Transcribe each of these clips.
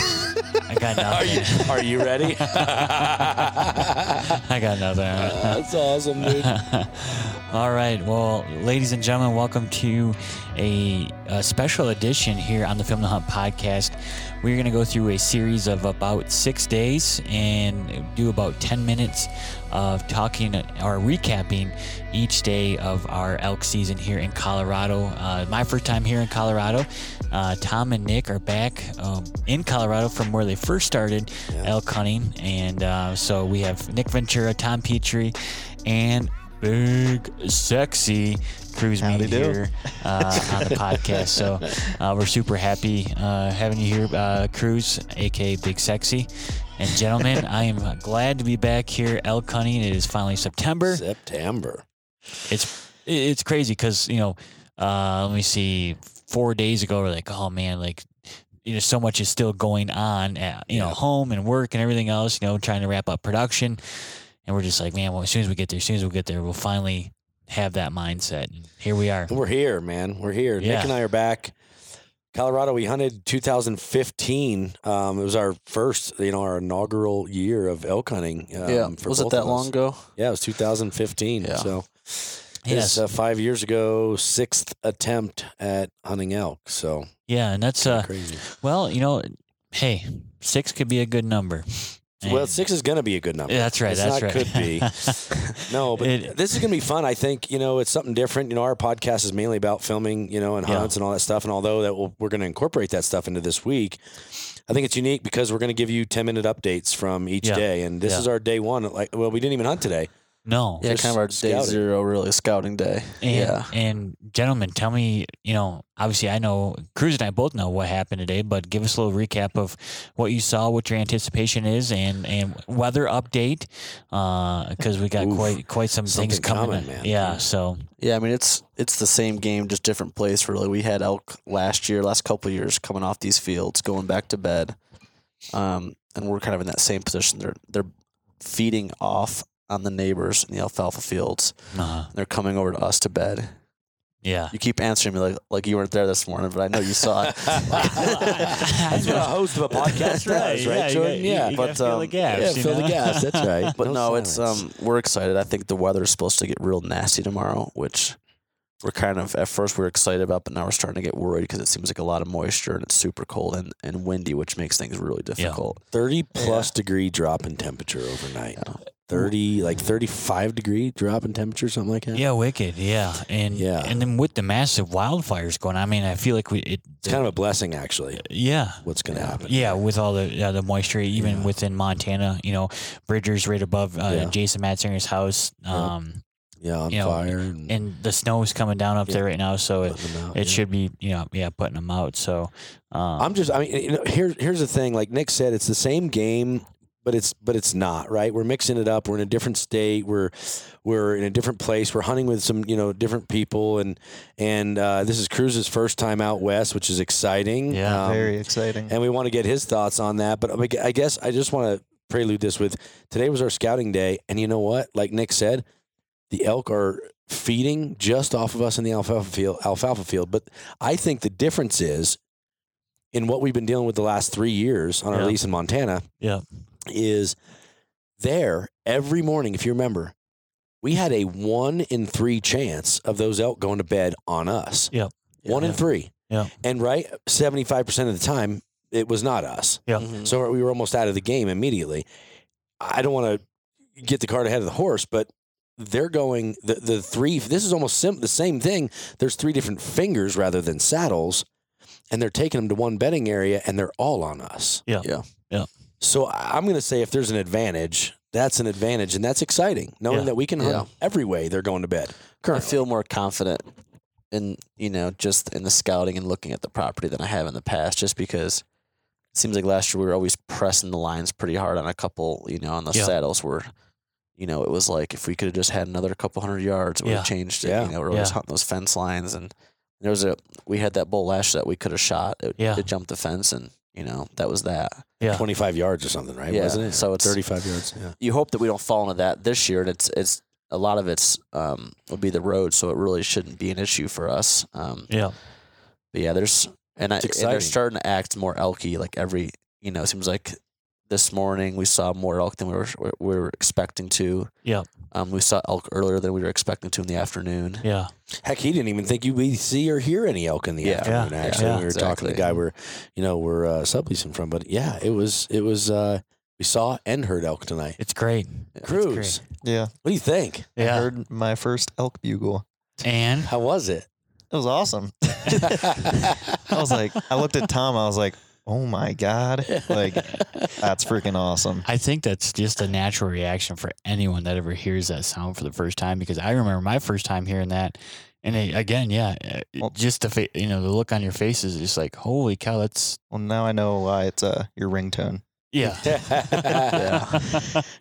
I got Are nothing. you, are you ready? I got nothing. That's awesome, dude. All right. Well, ladies and gentlemen, welcome to a, a special edition here on the Film the Hunt podcast. We're going to go through a series of about six days and do about 10 minutes of talking or recapping each day of our elk season here in Colorado. Uh, my first time here in Colorado. Uh, Tom and Nick are back um, in Colorado from where they first started elk hunting. And uh, so we have Nick Ventura, Tom Petrie, and big sexy cruise meet do. here uh, on the podcast. So uh, we're super happy uh, having you here, uh, Cruz, aka Big Sexy. And gentlemen, I am glad to be back here elk hunting. It is finally September. September. It's it's crazy because you know, uh, let me see, four days ago we're like, oh man, like. You know, so much is still going on at you know Yeah. home and work and everything else. You know, trying to wrap up production, and we're just like, man, well, as soon as we get there, as soon as we get there, we'll finally have that mindset. And here we are. We're here, man. We're here. Yeah. Nick and I are back. Colorado, we hunted 2015. Um, it was our first, you know, our inaugural year of elk hunting. Um, yeah. for was it both that of long us. ago? Yeah, it was 2015. Yeah. So, Yes. yes, uh, five years ago, sixth attempt at hunting elk. So Yeah, and that's uh, crazy. well, you know, hey, six could be a good number. well, And- six is going to be a good number. Yeah, that's right. It's that's not right. Could be. No, but It- this is going to be fun. I think, you know, it's something different. You know, our podcast is mainly about filming, you know, and Yeah. hunts and all that stuff. And although that we'll, we're going to incorporate that stuff into this week, I think it's unique because we're going to give you 10 minute updates from each Yeah. day. And this Yeah. is our day one. Like, well, we didn't even hunt today. no. Yeah, Just kind of our day scouting. zero, really scouting day. And, yeah. and gentlemen, tell me, you know, obviously I know Cruz and I both know what happened today, but give us a little recap of what you saw, what your anticipation is, and and weather update, because we got Oof. quite quite some things Something coming. coming, man. Yeah, so Yeah, I mean it's it's the same game, just different place. Really, we had elk last year, last couple of years, coming off these fields, going back to bed, um, and we're kind of in that same position. They're they're feeding off on the neighbors in the alfalfa fields. uh, They're coming over to us to bed. yeah. You keep answering me like like you weren't there this morning, but I know you saw it. That's what a host of a podcast does, right, Jordan? Yeah. you- but, um, yeah, you fill the know? gas. That's right. But no, it's silence. um we're excited. I think the weather is supposed to get real nasty tomorrow, which we're kind of at first we were excited about, but now we're starting to get worried because it seems like a lot of moisture and it's super cold and, and windy, which makes things really difficult. 30 plus degree drop in temperature overnight. Yeah. 30, like 35 degree drop in temperature, something like that. Yeah, wicked. Yeah, and Yeah. and then with the massive wildfires going, on, I mean, I feel like we it, It's kind of a blessing, actually, yeah. what's going to Yeah. happen. Yeah, with all the yeah, the moisture, even Yeah. within Montana, you know, Bridger's right above uh, Yeah. Jason Matzinger's house, Yeah. um, Yeah, on You know, fire. And, and the snow is coming down up Yeah. there right now, so it putting them out, it yeah. should be you know yeah putting them out. So um, I'm just. I mean, you know, here's here's the thing. Like Nick said, it's the same game, but it's but it's not right. We're mixing it up. We're in a different state. We're we're in a different place. We're hunting with some you know different people, and and uh, this is Cruz's first time out west, which is exciting. Yeah, Um, Very exciting. and we want to get his thoughts on that. But I mean, I guess I just want to prelude this with today was our scouting day, and you know what? Like Nick said, the elk are feeding just off of us in the alfalfa field. Alfalfa field, but I think the difference is in what we've been dealing with the last three years on our Yeah. lease in Montana. Yeah. is there every morning. If you remember. We had a one in three chance of those elk going to bed on us. Yep. One in Yeah. three. Yeah. And right, 75% of the time, it was not us. Yeah. Mhm. So we were almost out of the game immediately. I don't want to get the cart ahead of the horse, but they're going the, the three. This is almost sim- the same thing. There's three different fingers rather than saddles, and they're taking them to one betting area, and they're all on us. Yeah. Yeah. Yeah. So I- I'm going to say if there's an advantage, that's an advantage, and that's exciting knowing Yeah. that we can hunt every way they're going to bed. I Currently, feel more confident in you know, just in the scouting and looking at the property than I have in the past, just because it seems like last year we were always pressing the lines pretty hard on a couple, you know, on the Yeah. saddles where you know, it was like if we could have just had another couple hundred yards, it would Yeah. have changed it. Yeah. You know, we're always Yeah. hunting those fence lines and there was a we had that bull last year that we could have shot. It, Yeah. it jumped the fence and you know, that was that. yeah. 25 yards or something, right? Yeah, Wasn't it? so it's- 35 yards. Yeah. You hope that we don't fall into that this year and it's it's a lot of it's um will be the road, so it really shouldn't be an issue for us. Um yeah, But yeah, there's and, I, It's and they're exciting. starting to act more elky like every you know, it seems like this morning we saw more elk than we were we were expecting to. Yeah. Um, we saw elk earlier than we were expecting to in the afternoon. Yeah. Heck, he didn't even think you would see or hear any elk in the Yeah. afternoon. Yeah. Actually, Yeah. we were talking to the Exactly. guy we're, you know, we're uh, subleasing from. But yeah, it was it was uh, we saw and heard elk tonight. It's great. Cruz, Yeah. what do you think? I Yeah. heard my first elk bugle. And How was it? It was awesome. I was like, I looked at Tom. I was like, oh my god, like that's freaking awesome. I think that's just a natural reaction for anyone that ever hears that sound for the first time because I remember my first time hearing that. And it, again, yeah, uh, Well- just the fa- you know the look on your face is just like holy cow, that's Well, now I know why it's uh your ringtone. yeah, Yeah.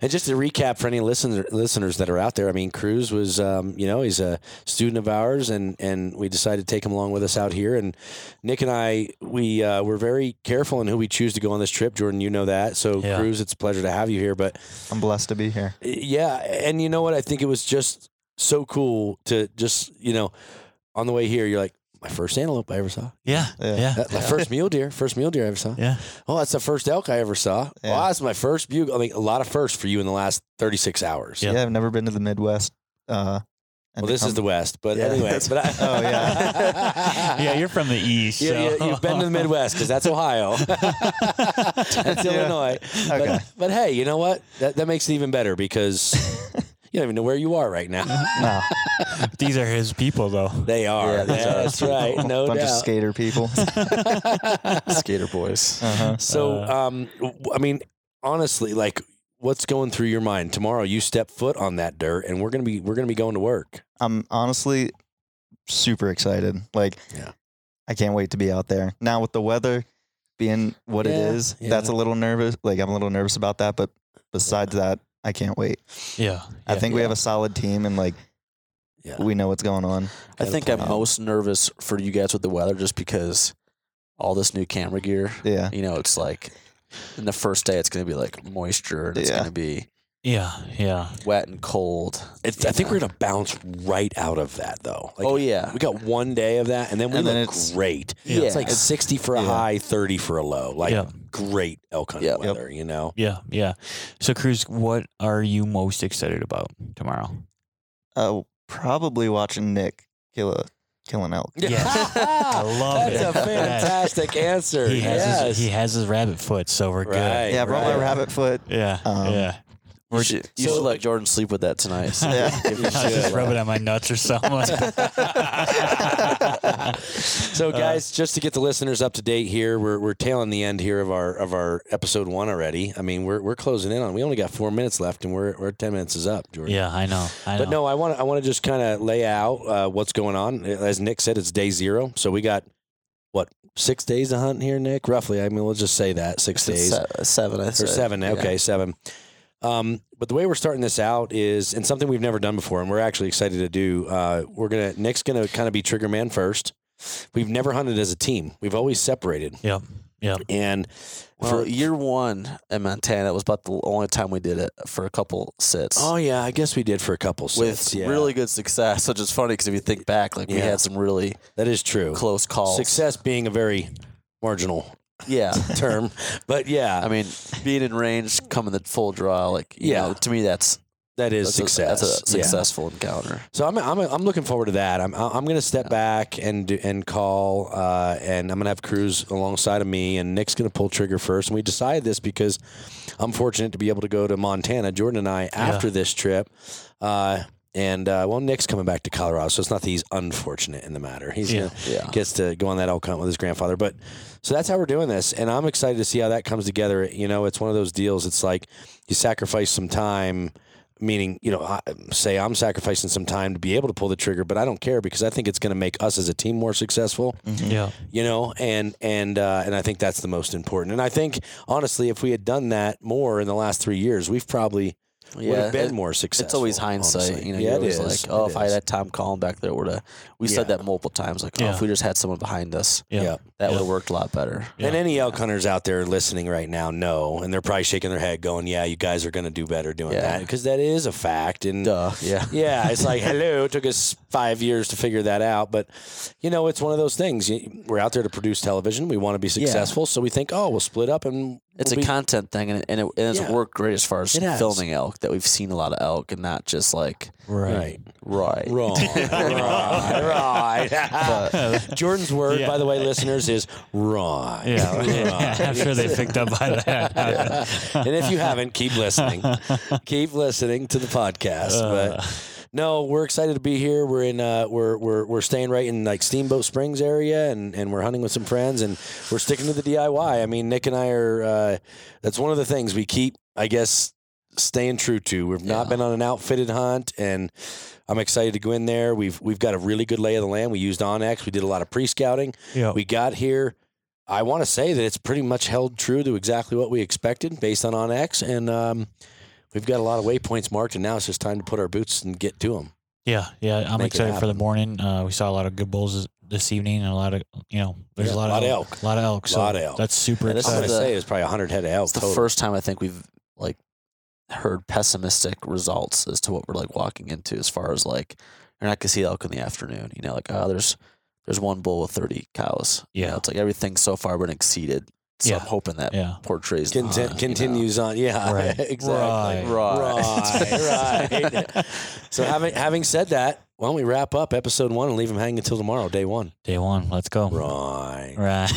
And just to recap for any listener, listeners that are out there, I mean, Cruz was, um, you know, he's a student of ours, and and we decided to take him along with us out here. And Nick and I, we uh, were very careful in who we choose to go on this trip. Jordan, you know that. So Yeah. Cruz, it's a pleasure to have you here. But I'm blessed to be here. yeah, and you know what? I think it was just so cool to just, you know, on the way here, you're like, my first antelope I ever saw. yeah, Yeah. yeah, That- my first mule deer, first mule deer I ever saw. yeah, Oh, that's the first elk I ever saw. Yeah. Well, that's my first bugle. I mean, a lot of firsts for you in the last 36 hours. Yeah. Yeah, I've never been to the Midwest. Uh, and Well, to this is come- the West, but Yeah, anyway. that's- But I, Oh, yeah. you're from the east. You, so. have been to the Midwest because that's Ohio. that's Yeah. Illinois. But, Okay. but hey, you know what? That, that makes it even better because you don't even know where you are right now. no, These are his people, though. They are. Yeah, that's that's right. No bunch of doubt. skater people. Skater boys. Uh-huh. So, um, w- I mean, honestly, like, what's going through your mind tomorrow? You step foot on that dirt, and we're gonna be we're gonna be going to work. I'm honestly super excited. Like, Yeah. I can't wait to be out there. Now with the weather being what Yeah, it is, that's yeah. a little nervous. Like, I'm a little nervous about that. But besides that, I can't wait. yeah, I think we have a solid team and like Yeah. we know what's going on. I Gotta think plan I'm out. most nervous for you guys with the weather just because all this new camera gear. Yeah. You know, it's like in the first day it's gonna be like moisture and it's Yeah. gonna be yeah, yeah. wet and cold. It's, I think we're gonna bounce right out of that though. Like, oh yeah. We got one day of that, and then we And then look it's- great. Yeah. It's like sixty for a Yeah. high, thirty for a low. Like Yeah. great elk hunting Yep. weather, you know. Yeah, yeah. So, Cruz, what are you most excited about tomorrow? Uh, probably watching Nick kill a kill an elk. Yes. I love That's it. a fantastic answer. He has yes. his, he has his rabbit foot, so we're Right. Yeah, I brought my right. rabbit foot. good. Yeah, Um, yeah. You should, you so- should let Jordan sleep with that tonight. So Yeah. if you I was should, just rubbing on my nuts or something. Uh, so guys, just to get the listeners up to date here, we're we're tailing the end here of our of our episode one already. I mean, we're we're closing in on. We only got four minutes left, and we're we're ten minutes is up, Jordan. yeah, I know. I know. But no, I want to I want to just kind of lay out uh, what's going on. As Nick said, it's day zero, so we got what six days to hunt here, Nick. Roughly, I mean, we'll just say that six it's days se- seven. I'd or say. seven. Yeah. Okay, seven. Um, but the way we're starting this out is, and something we've never done before, and we're actually excited to do. Uh, we're gonna Nick's gonna kind of be trigger man first. We've never hunted as a team. We've always separated. Yep, yep. And Well, for year one in Montana was about the only time we did it for a couple sits. oh yeah, I guess we did for a couple. with sets, yeah. really good success, which is funny because if you think back, like we Yeah. had some really that is true. close calls. Success being a very marginal Yeah. term, but yeah, I mean, being in range, coming the full draw, like, you Yeah. know, to me, that's, That is that's, success. A, that's a Yeah. successful encounter. So I'm, I'm, I'm looking forward to that. I'm, I'm going to step back and do- and call, uh, and I'm going to have Cruz alongside of me, and Nick's going to pull trigger first. And we decided this because I'm fortunate to be able to go to Montana. Jordan and I after this trip, uh, and uh, well, Nick's coming back to Colorado, so it's not that he's unfortunate in the matter. He's Yeah. gonna, Yeah. gets to go on that elk hunt with his grandfather. But so that's how we're doing this, and I'm excited to see how that comes together. You know, it's one of those deals. It's like you sacrifice some time, meaning you know, I, say I'm sacrificing some time to be able to pull the trigger, but I don't care because I think it's going to make us as a team more successful. Yeah, You know, and and uh, and I think that's the most important. And I think honestly, if we had done that more in the last three years, we've probably would Yeah. have been it- more successful. it's always hindsight. honestly. You know, yeah, you're it always is. like, oh, It if I had is. that Tom Collin back there, would have, we said Yeah. that multiple times, like, oh, Yeah. if we just had someone behind us, yeah, Yeah. that Yeah. would have worked a lot better. Yeah. And any elk hunters out there listening right now know, and they're probably shaking their head, going, "Yeah, you guys are going to do better doing Yeah. that because that is a fact." And Duh. Yeah. yeah, it's like, hello, it took us five years to figure that out, but you know, it's one of those things. You- We're out there to produce television. We want to be successful, so we think, oh, we'll split up and It's will a be- content thing, and it, and, it, and it's Yeah. worked great as far as It has. filming elk. That we've seen a lot of elk, and not just like Right. right. right. Wrong. right. right. Jordan's word, Yeah. by the way, listeners, is right. Yeah. Right. I'm sure they picked up by that. and if you haven't, keep listening. keep listening to the podcast. but no, we're excited to be here. We're in uh we're we're we're staying right in like Steamboat Springs area and and we're hunting with some friends and we're sticking to the DIY. I mean, Nick and I are uh that's one of the things we keep, I guess, staying true to. We've not Yeah. been on an outfitted hunt and I'm excited to go in there. We've we've got a really good lay of the land. We used Onyx. We did a lot of pre-scouting. Oh. yeah. We got here. I want to say that it's pretty much held true to exactly what we expected based on OnX, and um, we've got a lot of waypoints marked, and now it's just time to put our boots and get to them. Yeah, yeah. I'm Make it excited for the happen. morning. Uh, we saw a lot of good bulls this- this evening, and a lot of you know, there's Yeah, a lot, of elk, a lot of elk. So Lot of elk. that's super And this I'm is going to exciting. the- say it's probably 100 head of elk It's the total. first time I think we've like heard pessimistic results as to what we're like walking into as far as like you're not gonna see elk in the afternoon. You know, like oh, there's there's one bull with thirty cows. You know, Yeah. it's like everything's so far been exceeded. So Yeah. I'm hoping that yeah, portrays the Contin- hunt, you know. continues on. Yeah, Right. exactly. Right. Right, right. so having having said that, why don't we wrap up episode one and leave them hanging until tomorrow, day one. day one. Let's go. Right. right.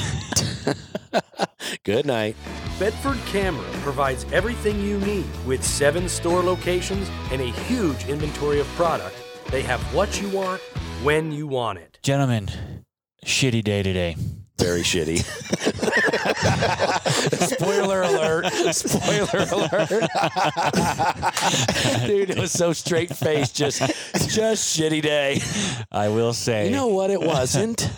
Good night. Bedford Camera provides everything you need with seven store locations and a huge inventory of product. They have what you want when you want it. Gentlemen, shitty day today. Very shitty. Spoiler alert. Spoiler alert. Dude, it was so straight faced, just just shitty day. I will say, You know what it wasn't?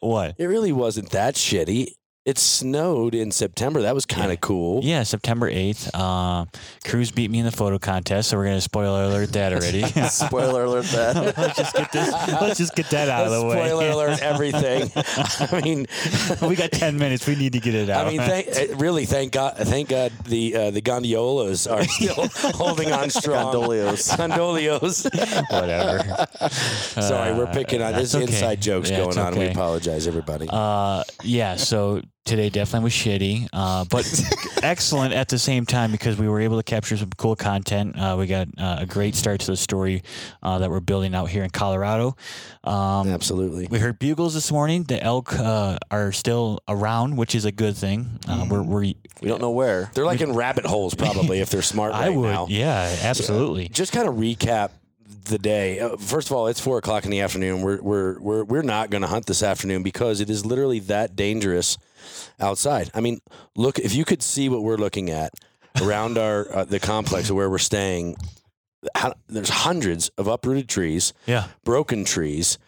what? It really wasn't that shitty. It snowed in September. That was kind Yeah. of cool. Yeah, September 8th. Uh, Cruz beat me in the photo contest, so we're going to spoiler alert that already. Spoiler alert that. let's, just get this, let's just get that out of the way. Spoiler alert everything. I mean, we got 10 minutes. We need to get it out. I mean, thank, eh, really, thank God, thank God, the uh, the gondolas are still holding on strong. Gondolios. Gondolios. Whatever. Sorry, we're picking on this that's okay. inside jokes Yeah, it's going on. We okay. apologize, everybody. Uh, yeah. So today definitely was shitty, uh, but excellent at the same time because we were able to capture some cool content. Uh, we got uh, a great start to the story uh, that we're building out here in Colorado. Um, Absolutely. we heard bugles this morning. The elk uh, are still around, which is a good thing. Uh, Mm-hmm. We're, we're We don't know where. They're like in rabbit holes, probably, if they're smart right I would, now. yeah, absolutely. Just kind of recap the day. Uh, First of all, it's four o'clock in the afternoon. We're we're we're we're not going to hunt this afternoon because it is literally that dangerous outside. I mean, look if you could see what we're looking at around our uh, the complex of where we're staying. How, there's hundreds of uprooted trees. Yeah, broken trees.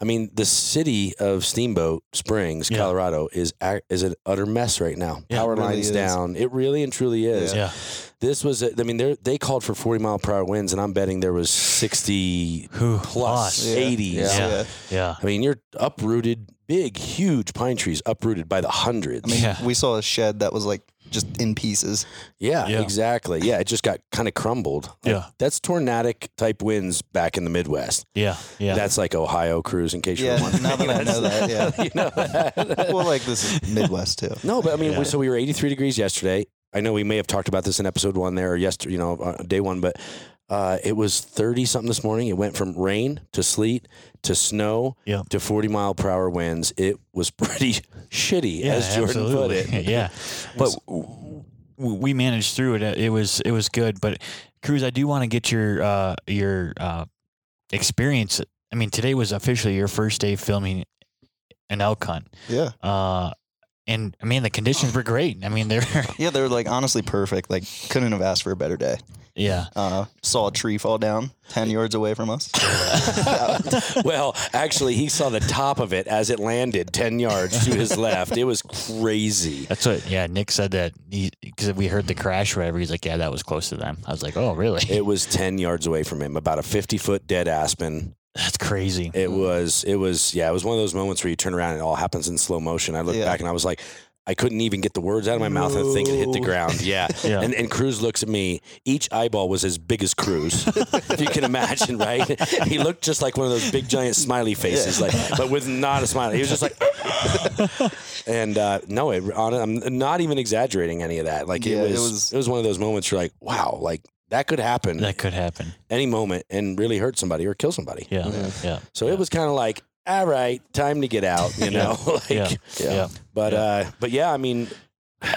I mean, the city of Steamboat Springs, Yeah. Colorado, is ac- is an utter mess right now. Yeah, it Power really lines is. down. It really and truly is. yeah. This was. A, I mean, they they called for forty mile per hour winds, and I'm betting there was sixty Who plus us. eighties. Yeah. Yeah, I mean, you're uprooted, big, huge pine trees uprooted by the hundreds. I mean, Yeah. we saw a shed that was like just in pieces. yeah, Yeah. exactly. Yeah, it just got kind of crumbled. Like, Yeah. that's tornadic type winds back in the Midwest. yeah, yeah. That's like Ohio cruise, in case Yeah, you're wondering. now that I know that, yeah. you know that. well, like this is Midwest too. No, but I mean, Yeah. we, so we were 83 degrees yesterday. I know we may have talked about this in episode one there, or yesterday, you know, uh, day one, but uh, it was 30 something this morning. It went from rain to sleet to snow Yeah. to 40 mile per hour winds. It was pretty shitty, as Jordan put it. yeah, but w- w- we managed through it. It was it was good. But Cruz, I do want to get your uh, your uh, experience. I mean, today was officially your first day filming an elk hunt, Yeah. uh, and I mean the conditions were great. I mean they're Yeah, they were like honestly perfect. Like couldn't have asked for a better day. yeah Uh, saw a tree fall down 10 yards away from us. uh, well, actually, he saw the top of it as it landed 10 yards to his left. It was crazy. that's what yeah Nick said that because we heard the crash or whatever. He's like yeah that was close to them. I was like oh really It was 10 yards away from him, about a 50 foot dead aspen. that's crazy. It was, it was, yeah, it was one of those moments where you turn around and it all happens in slow motion. I looked Yeah. back and I was like, I couldn't even get the words out of my mouth. and The thing had hit the No. ground. Yeah. Yeah. And, and Cruz looks at me. Each eyeball was as big as Cruz, if you can imagine, right? He looked just like one of those big giant smiley faces, like, but with not a smile. He was just like, and uh, no, it, hon- I'm not even exaggerating any of that. Like it, Yeah, it was, it was, was- one of those moments where like, wow, like that could happen That could happen. any moment and really hurt somebody or kill somebody. Mm-hmm. Yeah. Yeah. Yeah. So it was kind of like, all right, time to get out, you know. like, Yeah. Yeah. Yeah. But uh, but yeah, I mean,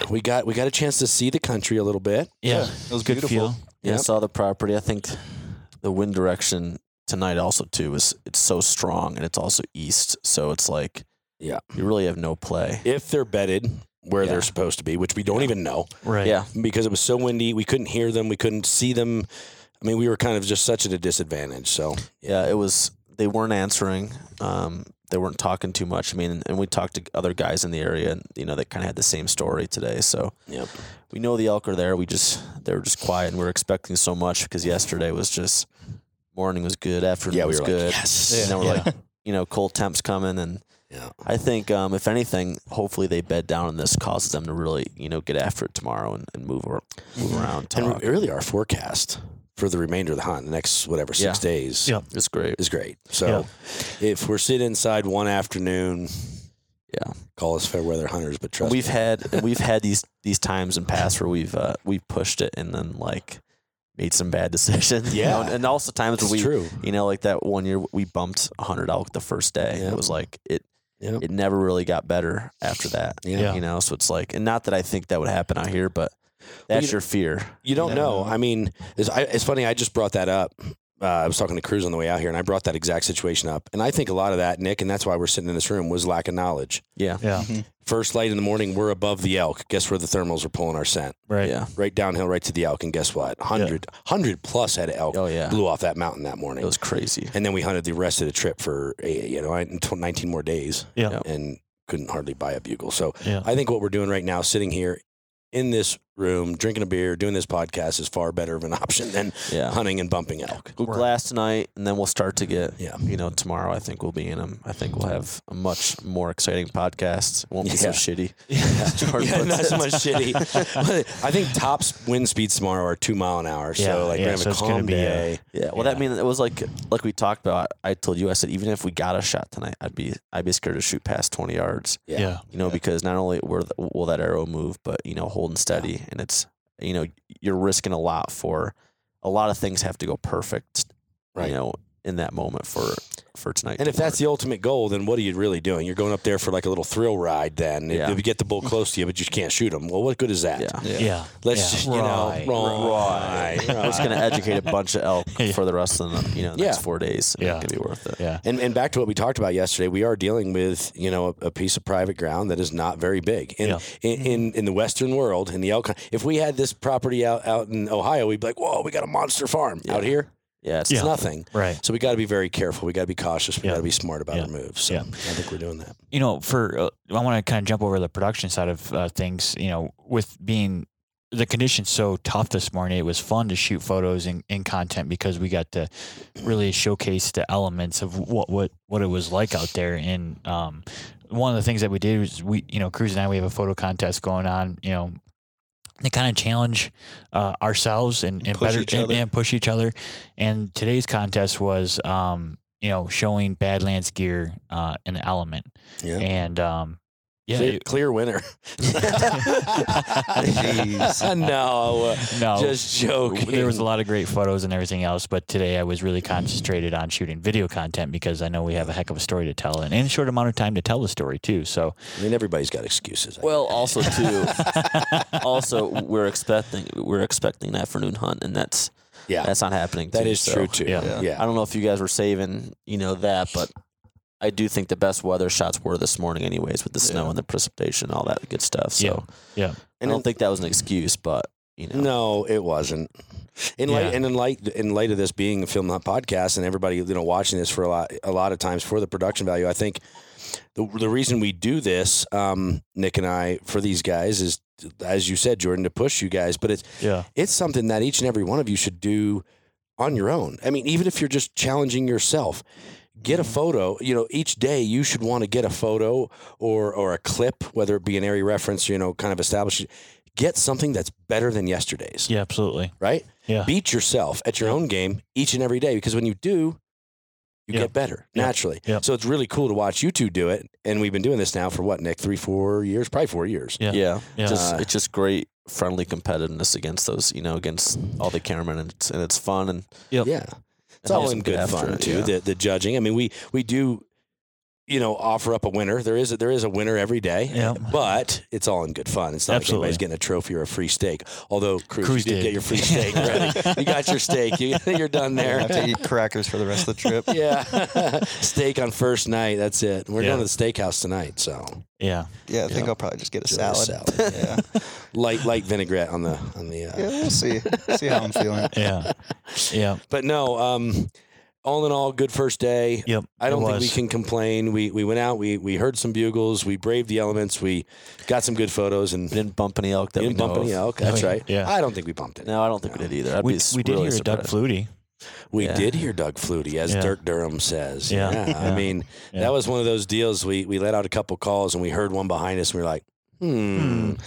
we got we got a chance to see the country a little bit. It was Good beautiful. feel. Yeah, I Yep. saw the property. I think the wind direction tonight also too is it's so strong and it's also east, so it's like Yeah. you really have no play. If they're bedded where Yeah. they're supposed to be, which we don't even know Right. Yeah, because it was so windy, we couldn't hear them, we couldn't see them. I mean, we were kind of just such at a disadvantage. So yeah, it was. They weren't answering. Um, they weren't talking too much. I mean, and we talked to other guys in the area, and you know, they kind of had the same story today. So Yep. we know the elk are there. We just they were just quiet, and we are expecting so much because yesterday was just morning was good, afternoon yeah, we was were like, good, yes. and then we're Yeah. like, you know, cold temps coming, and Yeah. I think um, if anything, hopefully they bed down, and this causes them to really, you know, get after it tomorrow and, and move, ar- move around. And Talk. really, our forecast for the remainder of the hunt, the next whatever six Yeah. days, Yeah. It's great. is great. So if we're sitting inside one afternoon, Yeah. call us fair weather hunters, but trust we've me. had and we've had these these times in past where we've uh, we've pushed it and then like made some bad decisions. you know, Yeah. and, and also times where it's we true. you know like that one year we bumped hundred elk the first day. Yeah. It was like it Yeah. it never really got better after that. Yeah. Yeah. You know, so it's like and not that I think that would happen out here, but that's you- your fear. You don't know. I mean, it's, I, it's funny. I just brought that up. Uh, I was talking to Cruz on the way out here, and I brought that exact situation up. And I think a lot of that, Nick, and that's why we're sitting in this room, was lack of knowledge. Yeah. Yeah. First light in the morning, we're above the elk. Guess where the thermals are pulling our scent? Right. Yeah. Right downhill, right to the elk. And guess what? 100, 100 plus head of elk Oh yeah. blew off that mountain that morning. It was crazy. and then we hunted the rest of the trip for, eh, you know, until 19 more days. Yeah. Yeah. and couldn't hardly buy a bugle. So Yeah. I think what we're doing right now, sitting here in this room, drinking a beer, doing this podcast is far better of an option than Yeah. hunting and bumping elk. We'll Right. glass tonight, and then we'll start to get. Yeah. You know, tomorrow I think we'll be in them. I think we'll have a much more exciting podcast. It won't be so Yeah. shitty. Jordan yeah, puts not so it. much shitty. I think top wind speeds tomorrow are two mile an hour. Yeah, so like yeah, we're gonna so have it's a gonna calm be a- day. Yeah. Well, that Yeah. mean it was like like we talked about. I told you, I said even if we got a shot tonight, I'd be I'd be scared to shoot past twenty yards. Yeah. Yeah. You know, because not only where the, will that arrow move, but you know, holding steady, and it's you know you're risking a lot for a lot of things have to go perfect. Right. You know, in that moment for for tonight. And to if that's work. the ultimate goal, then what are you really doing? You're going up there for like a little thrill ride. Then Yeah. if you get the bull close to you, but you can't shoot him. Well, what good is that? yeah. Yeah. Let's Yeah. just you know, Right. right, I'm just gonna educate a bunch of elk Yeah. for the rest of the you know the next Yeah. four days. And Yeah. it's gonna be worth it. Yeah. And, and back to what we talked about yesterday, we are dealing with you know a, a piece of private ground that is not very big in Yeah. in, in, in the Western world. In the elk, hunt- if we had this property out, out in Ohio, we'd be like, whoa, we got a monster farm out here. Yeah, it's It's Yeah. nothing. Right. So we got to be very careful. We got to be cautious. We Yeah. got to be smart about Yeah. our moves. So Yeah. I think we're doing that. you know, for uh, I want to kind of jump over the production side of uh, things. You know, with being the conditions so tough this morning, it was fun to shoot photos and, and content because we got to really showcase the elements of what what what it was like out there. And um, one of the things that we did was we, you know, Cruz and I, we have a photo contest going on. You know. To kind of challenge uh, ourselves and, and Push better each and, other. and push each other. And today's contest was, um, you know, showing Badlands gear uh, in the element Yeah. and um, yeah, clear, it- clear winner. Jeez. no, uh, no, just joking. there was a lot of great photos and everything else, but today I was really concentrated on shooting video content because I know we have a heck of a story to tell and in a short amount of time to tell the story too. So I mean, everybody's got excuses. I Well, also too, also we're expecting we're expecting an afternoon hunt, and that's think. yeah, that's not happening. that too, is so. true too. yeah. Yeah. I don't know if you guys were saving you know that, but I do think the best weather shots were this morning, anyways, with the snow Yeah. and the precipitation, and all that good stuff. So Yeah. Yeah. I And- don't think that was an excuse, but you know, No, it wasn't. In light Yeah. and in light in light of this being a film not podcast and everybody you know watching this for a lot a lot of times for the production value, I think the the reason we do this, um, Nick and I, for these guys is as you said, Jordan, to push you guys, but it's yeah, it's something that each and every one of you should do on your own. I mean, even if you're just challenging yourself, Get a Mm-hmm. photo. You know, each day you should want to get a photo or or a clip, whether it be an area reference, you know, kind of established. Get something that's better than yesterday's, Yeah, absolutely. right? Yeah. Beat yourself at your own game each and every day because when you do, you Yeah. get better Yeah. naturally. Yeah. So it's really cool to watch you two do it. And we've been doing this now for what, Nick? Three, four years? Probably four years. Yeah. Yeah. Yeah. Just, Uh, it's just great friendly competitiveness against those, you know, against all the cameramen, and it's, and it's fun. And Yep. Yeah. It's And all there's in some good good effort, fun too. yeah. The the judging. I mean, we we do, you know, offer up a winner. There is a, there is a winner every day. Yeah. But it's all in good fun. It's not Absolutely. like anybody's getting a trophy or a free steak. Although Cruz, Cruz you did, did. get your free steak ready. you got your steak. You, you're done I have to there. eat crackers for the rest of the trip. yeah. steak on first night. That's it. We're Yeah. going to the steakhouse tonight. So Yeah. Yeah, I think Yeah. I'll probably just get a Get a salad. salad, yeah. light light vinaigrette on the on the. Uh, yeah, we'll see. See how I'm feeling. Yeah. Yeah. But no. Um. All in all, good first day. Yep. I don't it think we was. can complain. We we went out, we we heard some bugles, we braved the elements, we got some good photos, and we didn't bump any elk that we we didn't bump know any of. elk. No, That's we- right. yeah. I don't think we bumped it. No, I don't think we did either. I'd We, be s- we did really hear surprised. Doug Flutie. We Yeah. did hear Doug Flutie, as Yeah. Dirk Durham says. Yeah. Yeah, Yeah. I mean, Yeah. that was one of those deals. We we let out a couple calls, and we heard one behind us, and we were like. Hmm. And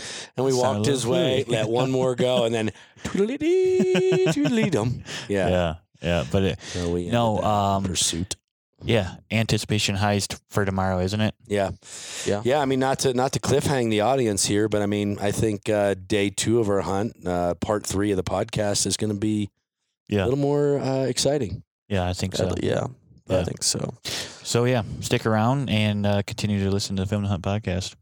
we Sounded walked a his little way, Flutie. let one more go, and then toodle-dee, toodle-dee-dum. Yeah. Yeah. Yeah. But it, So we no. ended that Um. pursuit. Yeah. Anticipation heist for tomorrow, isn't it? Yeah. Yeah. Yeah. I mean, not to not to cliffhang the audience here, but I mean, I think uh, day two of our hunt, uh, part three of the podcast, is going to be Yeah. a little more uh, exciting. Yeah, I think so. Uh, yeah, Yeah. I think so. So yeah, stick around and uh, continue to listen to the Film to Hunt podcast.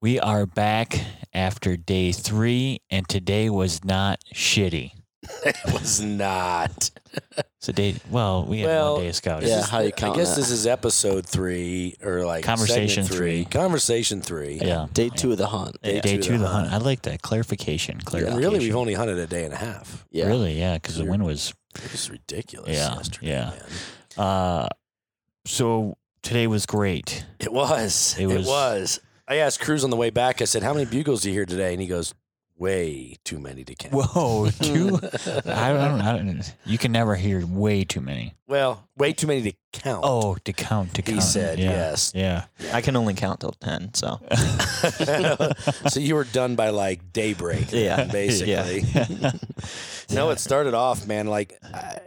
We are back after day three, and today was not shitty. it was not. So day, well, we had Well, one day of scouting. yeah. how you I count guess that? this is episode three or like segment Conversation three. Conversation three. yeah. Day two of the hunt. Day, Day two, two of the of the hunt. I like that clarification. Clarification. And really, we've only hunted a day and a half. Yeah. Really, yeah, because the Clear. wind was. It was ridiculous Yeah, yesterday. yeah. man. Uh, so today was great. It was. It It was- was. I asked Cruz on the way back. I said, "How many bugles do you hear today?" And he goes, "Way too many to count." Whoa, two. I don't, I don't. You can never hear way too many. Well, way too many to count. Oh, to count, to he count. said yeah. yes. Yeah. I can only count till 10, so. so you were done by like daybreak. Yeah. basically. No, it started off, man. Like I,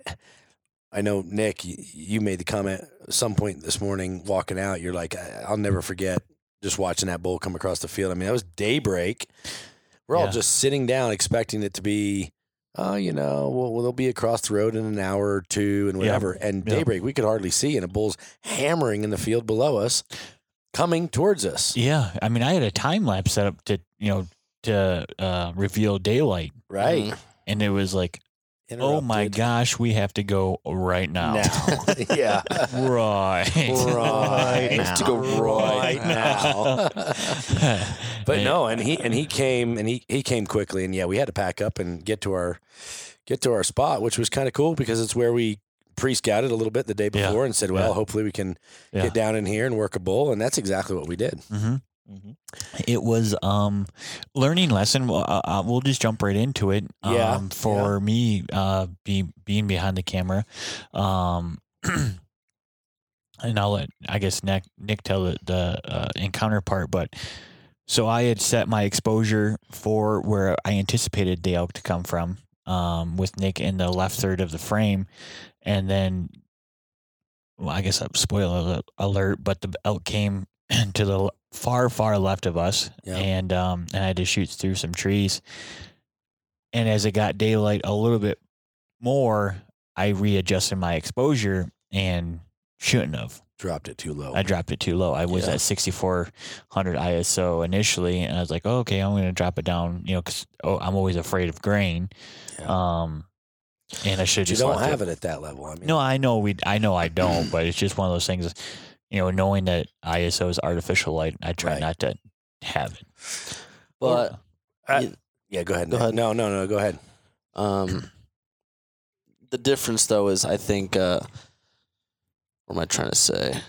I know Nick, you, you made the comment at some point this morning walking out. You're like, I, I'll never forget just watching that bull come across the field. I mean, that was daybreak. We're all Yeah. just sitting down, expecting it to be. Oh, you know, well, well, they'll be across the road in an hour or two and Yeah. whatever. And Yeah. daybreak, we could hardly see, and a bull's hammering in the field below us, coming towards us. Yeah, I mean, I had a time lapse set up to you know to uh, reveal daylight, Right. and it was like, oh my Interrupted. gosh, we have to go right now. Now. yeah. right, Right. Has to go right now. But Yeah. no, and he and he came and he he came quickly and yeah, we had to pack up and get to our get to our spot, which was kind of cool because it's where we pre-scouted a little bit the day Yeah. before and said, well, Yeah. hopefully we can Yeah. get down in here and work a bull, and that's exactly what we did. Mhm. Mm-hmm. It was um learning lesson. Well, uh, uh, we'll just jump right into it. Um, Yeah, For me, uh, be, being behind the camera, um, and I'll let I guess Nick Nick tell the, the uh, encounter part. But so I had set my exposure for where I anticipated the elk to come from, um, with Nick in the left third of the frame, and then. Well, I guess uh, spoiler alert, but the elk came to the l- far far left of us Yeah. and um and I had to shoot through some trees and as it got daylight a little bit more I readjusted my exposure and shouldn't have Dropped it too low. I dropped it too low I was Yeah. at 6400 ISO initially and I was like oh, okay I'm going to drop it down you know cuz oh, I'm always afraid of grain um and I should But you just don't left have it at that level. I mean, no, I know we. I know I don't, but it's just one of those things. You know, knowing that ISO is artificial light, I try Right. not to have it. But yeah, go ahead. Go Nick. ahead. No, no, no, go ahead. um, the difference though is I think uh, what am I trying to say?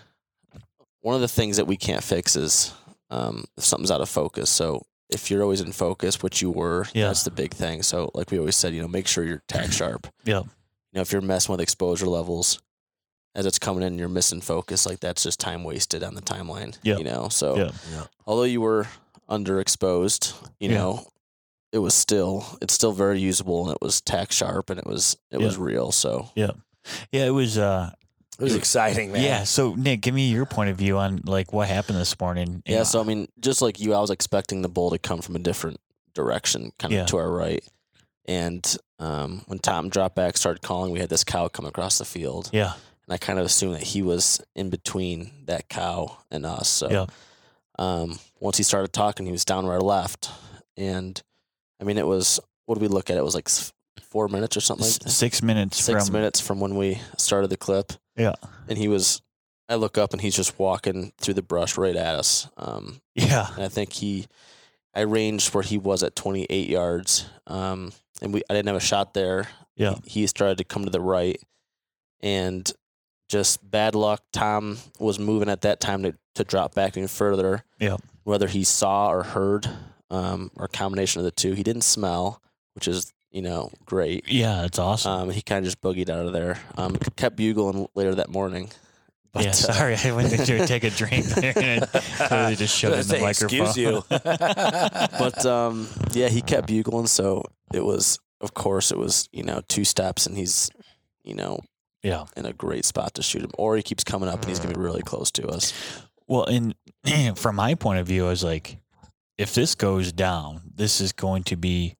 One of the things that we can't fix is um, if something's out of focus. So if you're always in focus, which you were, Yeah. that's the big thing. So like we always said, you know, make sure you're tag sharp. Yeah. You know, if you're messing with exposure levels, as it's coming in and you're missing focus, like that's just time wasted on the timeline. Yeah. You know, so Yeah. Yeah. although you were underexposed, you Yeah. know, it was still it's still very usable and it was tack sharp and it was it was real. So Yeah, it was. uh It was exciting, man. Yeah. So Nick, give me your point of view on like what happened this morning. yeah, so I mean, just like you, I was expecting the bull to come from a different direction, kind of Yeah. to our right. And um, when Tom dropped back, started calling, we had this cow come across the field. yeah, and I kind of assumed that he was in between that cow and us. So, Yeah. um, once he started talking, he was down to our left, and I mean, it was what did we look at? It was like s- four minutes or something, S- like six minutes. six from, minutes from when we started the clip, Yeah. and he was. I look up and he's just walking through the brush right at us. Um, Yeah. and I think he, I ranged where he was at 28 yards. Um, and we, I didn't have a shot there. Yeah. He, he started to come to the right, and just bad luck. Tom was moving at that time to, to drop back even further. Yeah. Whether he saw or heard, um, or a combination of the two, he didn't smell, which is you know great. Yeah, it's awesome. Um, he kind of just boogied out of there. Um, kept bugling later that morning. yeah, uh, sorry, I went to take a drink there and I totally just shoved in the Say, microphone. Excuse you. but um, yeah, he kept bugling, so it was, of course, it was you know two steps, and he's you know Yeah. in a great spot to shoot him, or he keeps coming up and he's gonna be really close to us. Well, and from my point of view, I was like, if this goes down, this is going to be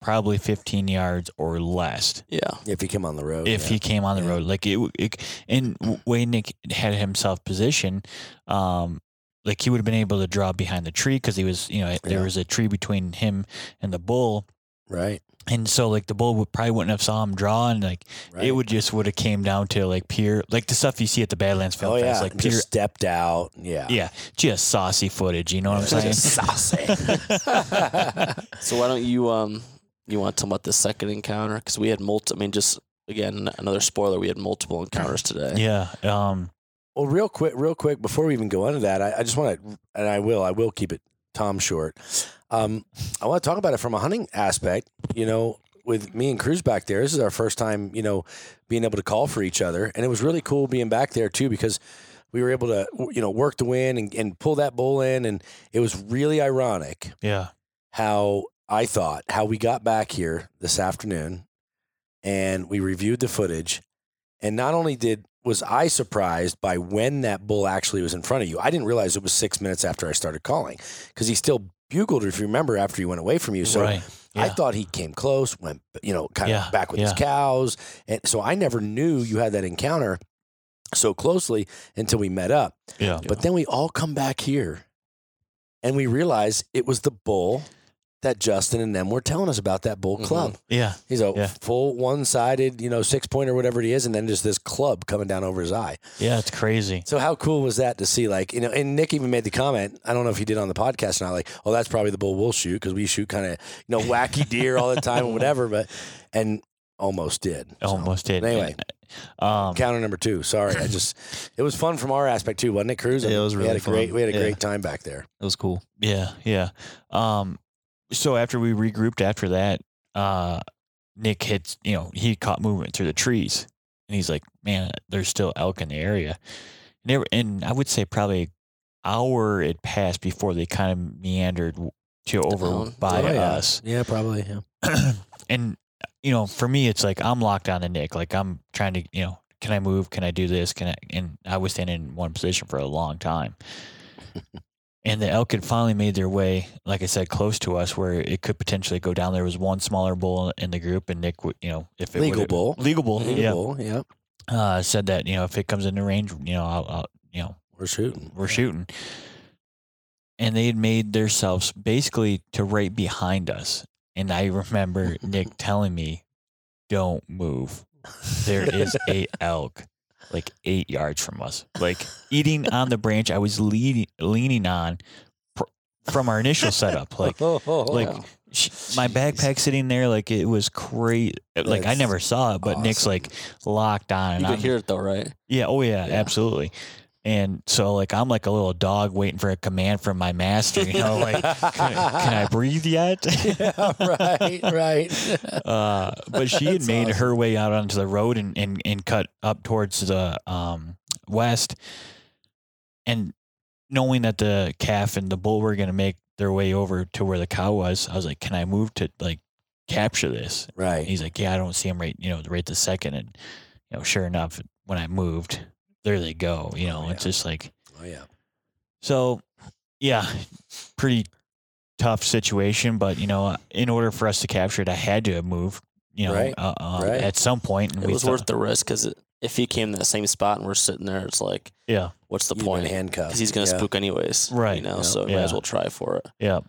probably 15 yards or less. Yeah, if he came on the road. if Oh, yeah. he came on the Yeah. road. Like it, it and w- way Nick had himself positioned, um, like he would have been able to draw behind the tree because he was, you know, there Yeah. was a tree between him and the bull, right, and so like the bull would probably wouldn't have saw him draw, and like right. it would just would have came down to like pure like the stuff you see at the Badlands Film Oh Fest, yeah, like pure just stepped out. Yeah, yeah, just saucy footage. You know what I'm saying? Just saucy. so why don't you um you want to tell 'em about the second encounter because we had multi. I mean, just again another spoiler. We had multiple encounters today. yeah, um, Well, real quick, real quick, before we even go into that, I, I just want to, and I will, I will keep it Tom short. Um, I want to talk about it from a hunting aspect. You know, with me and Cruz back there, this is our first time, you know, being able to call for each other, and it was really cool being back there too because we were able to, you know, work the win and, and pull that bull in, and it was really ironic yeah, how I thought how we got back here this afternoon and we reviewed the footage and not only did was I surprised by when that bull actually was in front of you. I didn't realize it was 6 minutes after I started calling cuz he still bugled if you remember after he went away from you. So right. I Yeah. thought he came close, went you know kind Yeah, of back with yeah. his cows, and so I never knew you had that encounter so closely until we met up. Yeah. But then we all come back here, and we realize it was the bull that Justin and them were telling us about that bull Mm-hmm. Mhm. club. Yeah, He's a Yeah. full one sided, you know, six point or whatever it is, and then just this club coming down over his eye. yeah, it's crazy. So how cool was that to see? Like you know, and Nick even made the comment. I don't know if he did on the podcast or not. Like, oh, that's probably the bull we'll shoot because we shoot kind of you know wacky deer all the time or whatever. But and almost did. So, Oh, Almost did. anyway. um, Counter number two. Sorry, I just it was fun from our aspect too, wasn't it, Cruz? I Yeah, it mean, was we had really a great fun. we had a Yeah. great time back there. It was cool. Yeah, yeah. Um, so after we regrouped after that, uh, Nick hits, you know, he caught movement through the trees and he's like, man, there's still elk in the area. And, they were, and I would say probably an hour it passed before they kind of meandered w- to over mountain. by Oh, yeah. us. Yeah, probably. Yeah. and, you know, for me, it's like I'm locked on to Nick. Like I'm trying to, you know, can I move? Can I do this? Can I? And I was standing in one position for a long time and the elk had finally made their way, like I said, close to us where it could potentially go down. There was one smaller bull in the group, and Nick, would, you know, if it Legal would've- bull. legal bull, Yeah. Bull, yeah. yeah, uh, said that you know if it comes into range, you know, I'll, I'll you know, We're shooting. we're shooting. And they had made themselves basically to right behind us, and I remember Nick telling me, "Don't move. There is a elk." Like eight yards from us, like eating on the branch I was leaning, leaning on pr- from our initial setup. Like, like yeah. sh my backpack sitting there like it was crazy like i That's never saw it but nick's awesome. like locked on and You could I'm- hear it though, right? yeah oh yeah, Yeah. absolutely And so, like, I'm like a little dog waiting for a command from my master, you know, like, can, can I breathe yet? yeah, right, right. Uh, but she had That's made awesome. her way out onto the road and, and, and cut up towards the um, west. And knowing that the calf and the bull were going to make their way over to where the cow was, I was like, can I move to like capture this? And Right. he's like, yeah, I don't see him right, you know, right this second. And, you know, sure enough, when I moved, there they go. You know, Oh, it's just like, Oh yeah. so, yeah, pretty tough situation. But you know, in order for us to capture it, I had to have moved. You know, Right, uh, uh, right. at some point, and It we was thought- worth the risk because if he came to that same spot and we're sitting there, it's like, Yeah, what's the You've been point? handcuffed. Because he's gonna Yeah. spook anyways, Right. You know, Yeah. so might as Yeah. well try for it. yeah.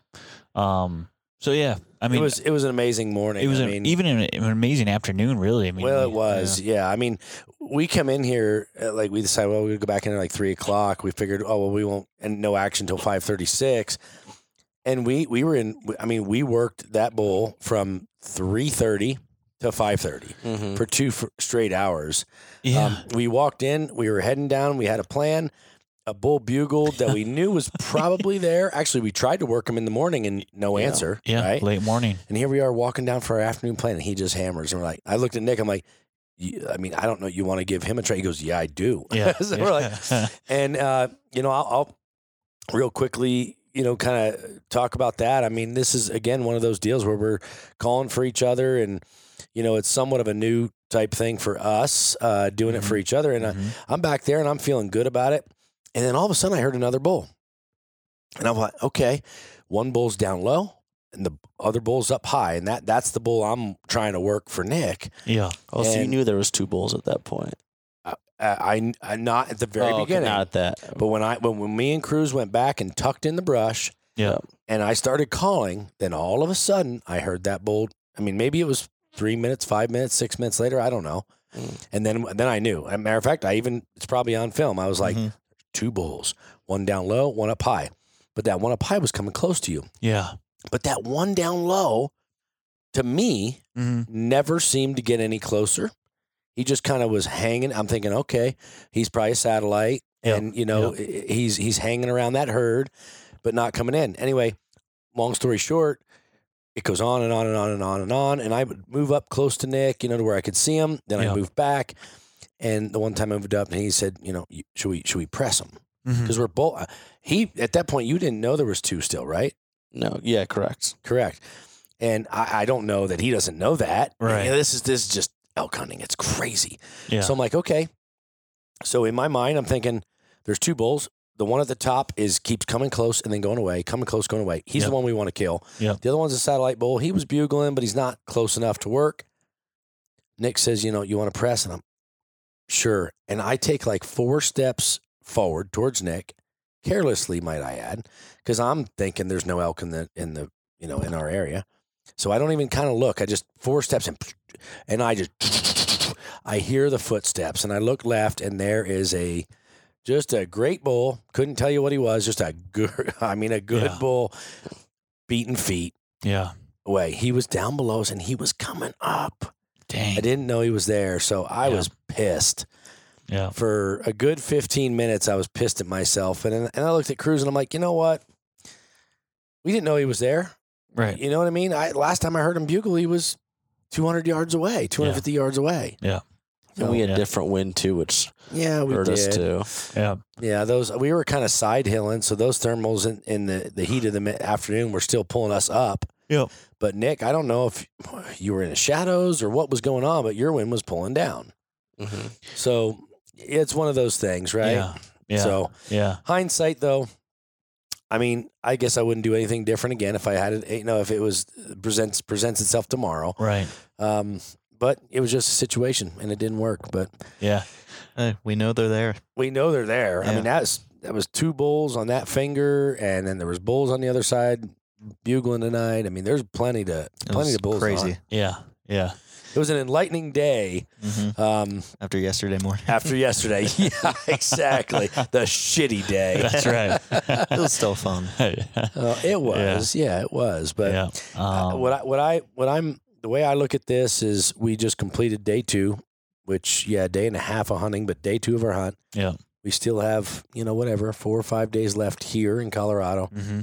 Um. So yeah, I mean, it was it was an amazing morning. it was I an, mean, even an, an amazing afternoon, really. I mean, well, it we- was. Yeah. I mean, we come in here uh, like we decided. Well, we would go back in at like three o'clock. We figured, oh well, we won't and no action till five thirty six. And we we were in. I mean, we worked that bowl from three thirty to five thirty Mm-hmm. for two f- straight hours. Yeah. Um, we walked in, we were heading down, we had a plan. A bull bugled that we knew was probably there. Actually, we tried to work him in the morning and no Yeah. answer. yeah, Right. late morning. And here we are walking down for our afternoon plan and he just hammers. And we're like, I looked at Nick, I'm like, "You- I mean, I don't know. You want to give him a try? He goes, Yeah, I do. Yeah, So yeah. we're like, and, uh, you know, I'll, I'll real quickly, you know, kind of talk about that. I mean, this is, again, one of those deals where we're calling for each other and, you know, it's somewhat of a new type thing for us, uh, doing it for each other. And Mhm. I'm back there and I'm feeling good about it. And then all of a sudden I heard another bull. And I'm like, okay, one bull's down low and the other bull's up high. And that that's the bull I'm trying to work for Nick. yeah, Oh, so you and- knew there was two bulls at that point. Uh, I, I not at the very Oh, okay, beginning. not at that. but when I when, when me and Cruz went back and tucked in the brush yeah, and I started calling, then all of a sudden I heard that bull. I mean, maybe it was three minutes, five minutes, six minutes later, I don't know. Mm. And then then I knew. As a matter of fact, I even it's probably on film. I was like, Mhm. two bulls, one down low, one up high. But that one up high was coming close to you. yeah. But that one down low, to me, hmm never seemed to get any closer. He just kind of was hanging. I'm thinking, okay, he's probably a satellite, Yeah, and you know, i- he's he's hanging around that herd, but not coming in. Anyway, long story short, it goes on and on and on and on and on. And I would move up close to Nick, you know, to where I could see him. Then Yeah. I moved back, and the one time I moved up, and he said, you know, "You- should we should we press him? hmm because we're both. uh, He at that point you didn't know there was two still, right? No, yeah, correct. Correct. And I, I don't know that he doesn't know that. Right. You know, this is this is just elk hunting. It's crazy. Yeah. So I'm like, okay. So in my mind, I'm thinking there's two bulls. The one at the top is keeps coming close and then going away, coming close, going away. He's Yep. the one we want to kill. Yep. The other one's a satellite bull. He was bugling, but he's not close enough to work. Nick says, you know, you want to press, and I'm sure. And I take like four steps forward towards Nick, carelessly, might I add, because I'm thinking there's no elk in the in the you know in our area. So I don't even kind of look. I just four steps and and I just I hear the footsteps and I look left and there is a just a great bull. Couldn't tell you what he was. Just a good, I mean, a good Yeah. bull, beaten feet yeah, away. He was down below us and he was coming up. dang, I didn't know he was there, so I Yeah. was pissed yeah, for a good fifteen minutes. I was pissed at myself, and then- and I looked at Cruz and I'm like, you know what? We didn't know he was there. right, You know what I mean? I last time I heard him bugle, he was 200 yards away, 250 yards away. Yeah. And we had Yeah. different wind too, which yeah, we hurt did. us too. yeah, Yeah, those we were kind of side hilling, so those thermals in, in the, the heat of the mi- afternoon were still pulling us up. Yep. But Nick, I don't know if you were in the shadows or what was going on, but your wind was pulling down. Mm-hmm. So it's one of those things, right? yeah, yeah, So yeah, hindsight, though, I mean, I guess I wouldn't do anything different again if I had it. You know, if it was uh, presents presents itself tomorrow. right, Um, but it was just a situation and it didn't work. But yeah, Eh, we know they're there. we know they're there. I Yeah. mean, that was, that was two bulls on that finger, and then there was bulls on the other side bugling tonight. I mean, there's plenty to It plenty was to bulls. Crazy. on. yeah, yeah. It was an enlightening day Mhm. um, After yesterday morning, after yesterday. yeah, exactly. The shitty day. That's right. it was still fun. Uh, it was. Yeah. it was. But yeah. uh, Um, what I what I what I'm the way I look at this is we just completed day two, which yeah, day and a half of hunting, but day two of our hunt. Yeah. We still have, you know, whatever, four or five days left here in Colorado. Mm-hmm.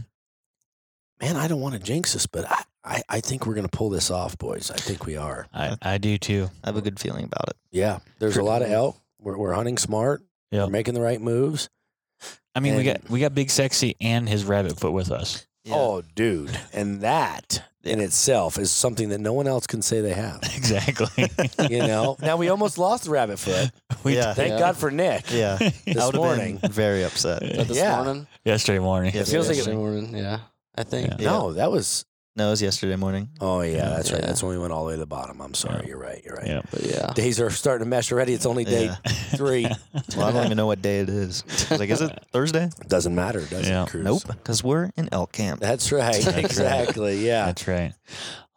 Man, I don't want to jinx this, but I, I, I think we're going to pull this off, boys. I think we are. I, I do too. I have a good feeling about it. Yeah. There's a lot of elk. We're, we're hunting smart. Yeah. We're making the right moves. I mean, we And- got we got Big Sexy and his rabbit foot with us. Oh, dude. And that in itself is something that no one else can say they have. Exactly. You know, now we almost lost the rabbit foot. we yeah. Thank Yeah. God for Nick yeah. this I would have morning. been very upset. But this Yeah. morning, yesterday morning. Yes, feels like it- yesterday morning, yeah, I think. Yeah. No, that was. No, it was yesterday morning. Oh, yeah. That's right. Yeah. That's when we went all the way to the bottom. I'm sorry. Yeah. You're right. You're right. Yeah. But yeah, Days are starting to mesh already. It's only day Yeah. three. Well, I don't even know what day it is. I was like, is it Thursday? Doesn't matter, does Yeah. it? Cruz? Nope, because we're in elk camp. That's right. right. exactly. Yeah. That's right.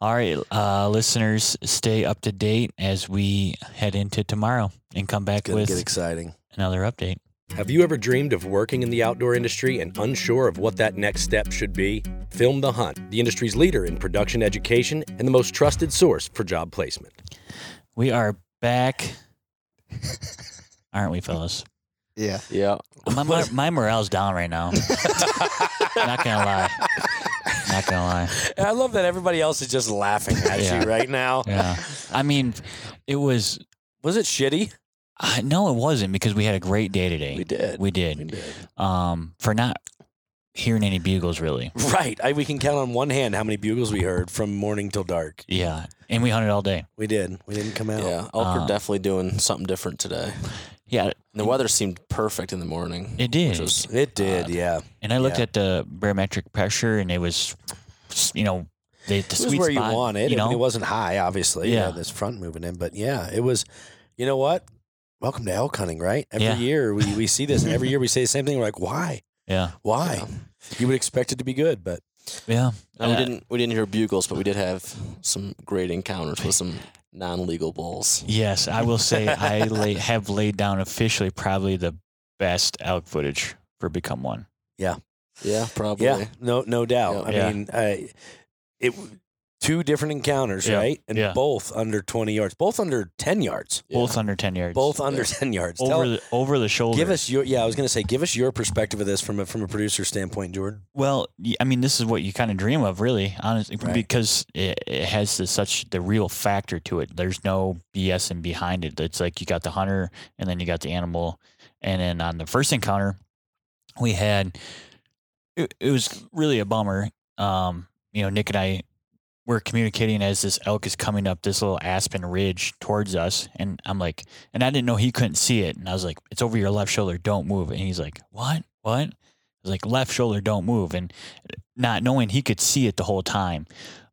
All right, uh, listeners, stay up to date as we head into tomorrow and come back Gonna with get exciting. another update. Have you ever dreamed of working in the outdoor industry and unsure of what that next step should be? Film the Hunt, the industry's leader in production education and the most trusted source for job placement. We are back, aren't we, fellas? Yeah. yeah. My, my, my morale's down right now. Not gonna lie. Not gonna lie. I love that everybody else is just laughing at Yeah. you right now. Yeah. I mean, it was. Was it shitty? Uh, no, it wasn't because we had a great day today. We did. We did. did. Um, for not hearing any bugles, really. Right. I, we can count on one hand how many bugles we heard from morning till dark. Yeah, and we hunted all day. We did. We didn't come out. Yeah, elk Uh, are definitely doing something different today. Yeah, And the weather seemed perfect in the morning. It did. which was- It did. yeah. and I looked Yeah. at the barometric pressure, and it was, you know, the, the This sweet is where spot, you want it. You I mean, know, it wasn't high, obviously. Yeah. Yeah. This front moving in, but yeah, it was. You know what? Welcome to elk hunting, right? Every Yeah. year we, we see this, and every year we say the same thing. We're like, why? yeah, Why? Yeah. You would expect it to be good, but yeah. And Uh, we didn't we didn't hear bugles, but we did have some great encounters with some non-legal bulls. Yes, I will say I lay, have laid down officially probably the best elk footage for Become One. Yeah, probably. yeah, no, no doubt. Yeah. I Yeah. mean, I, it two different encounters, Yeah. right? And Yeah. both under twenty yards, both under ten yards, Both under ten yards. both under ten yards. over Tell, the over the shoulder. give us your yeah. I was gonna say, give us your perspective of this from a, from a producer standpoint, Jordan. Well, y- I mean, this is what you kind of dream of, really, honestly, Right. because it, it has the, such the real factor to it. There's no BS in behind it. It's like you got the hunter, and then you got the animal, and then on the first encounter, we had it, it was really a bummer. Um, you know, Nick and I were communicating as this elk is coming up this little aspen ridge towards us, and I'm like, and I didn't know he couldn't see it, and I was like, it's over your left shoulder, don't move, and he's like, what, what? It was like left shoulder don't move and not knowing he could see it the whole time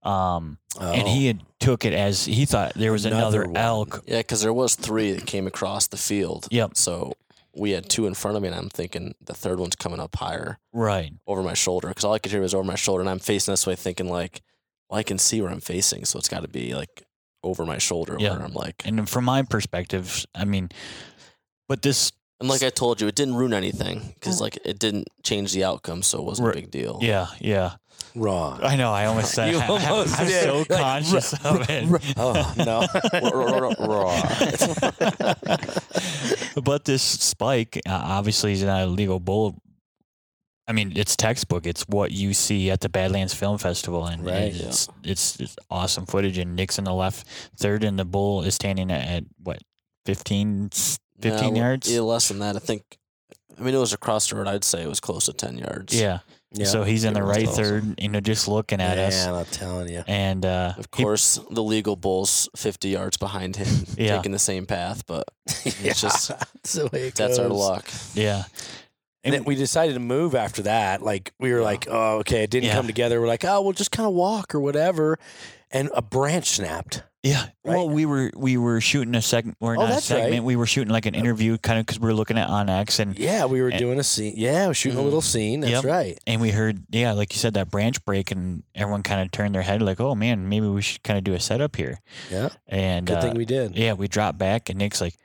um and Oh, he had took it as he thought there was another, Another one. elk Yeah, because there was three that came across the field. Yep. So we had two in front of me, and I'm thinking the third one's coming up higher right over my shoulder because all I could hear was over my shoulder, and I'm facing this way, thinking like, well, I can see where I'm facing, so it's got to be like over my shoulder. Yeah. Where I'm like, and from my perspective i mean but this and like I told you, it didn't ruin anything because like it didn't change the outcome, so it wasn't Right. a big Oh. deal. yeah yeah wrong. i know i almost said You I, almost am did. so Like, conscious of it Oh no. but this spike uh, obviously is not a legal bull I mean, it's textbook. It's what you see at the Badlands Film Festival, and, Right, and it's, it's it's awesome footage. And Nick's in the left third, and the bull is standing at, at what 15, 15 No, yards. Yeah, less than that. I think. I mean, it was across the road. I'd say it was close to ten yards. yeah. Yeah. So he's in the It was right awesome. third, you know, just looking at us, Man, I'm telling you. and uh, Of he- course, the legal bull's fifty yards behind him, Yeah. taking the same path. But Yeah. it's just That's the way it that's our goes. luck. yeah, And then we decided to move after that. Like we were like, oh, okay, it didn't Yeah. come together. We're like, oh, we'll just kind of walk or whatever. And a branch snapped. yeah. Well, we were we were shooting a segment, or Oh, not a that's right. segment. We were shooting like an interview, kind of because we were looking at Onyx, and Yeah, we were Mm. And- Mm. doing a scene. Yeah, we're shooting a little scene. That's Yep. right. and we heard, yeah, like you said, that branch break, and everyone kind of turned their head, like, oh man, maybe we should kind of do a setup here. Yeah, And good uh, thing we did. yeah, we dropped back, and Nick's like,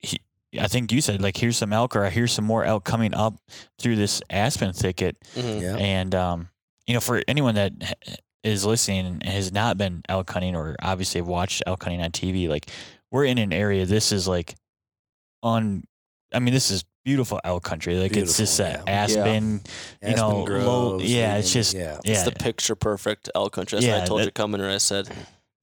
he, I think you said like, here's some elk, or I hear some more elk coming up through this aspen thicket, Mhm. Yeah, and um, you know, for anyone that h- is listening and has not been elk hunting or obviously have watched elk hunting on TV, like we're in an area. This is like on. I mean, this is beautiful elk country. Like it's just Beautiful, that yeah. aspen, you Aspen know, low. groves Yeah, it's and- just yeah. yeah. It's It's the picture perfect elk country. That's what Yeah, I told that- you coming here. I said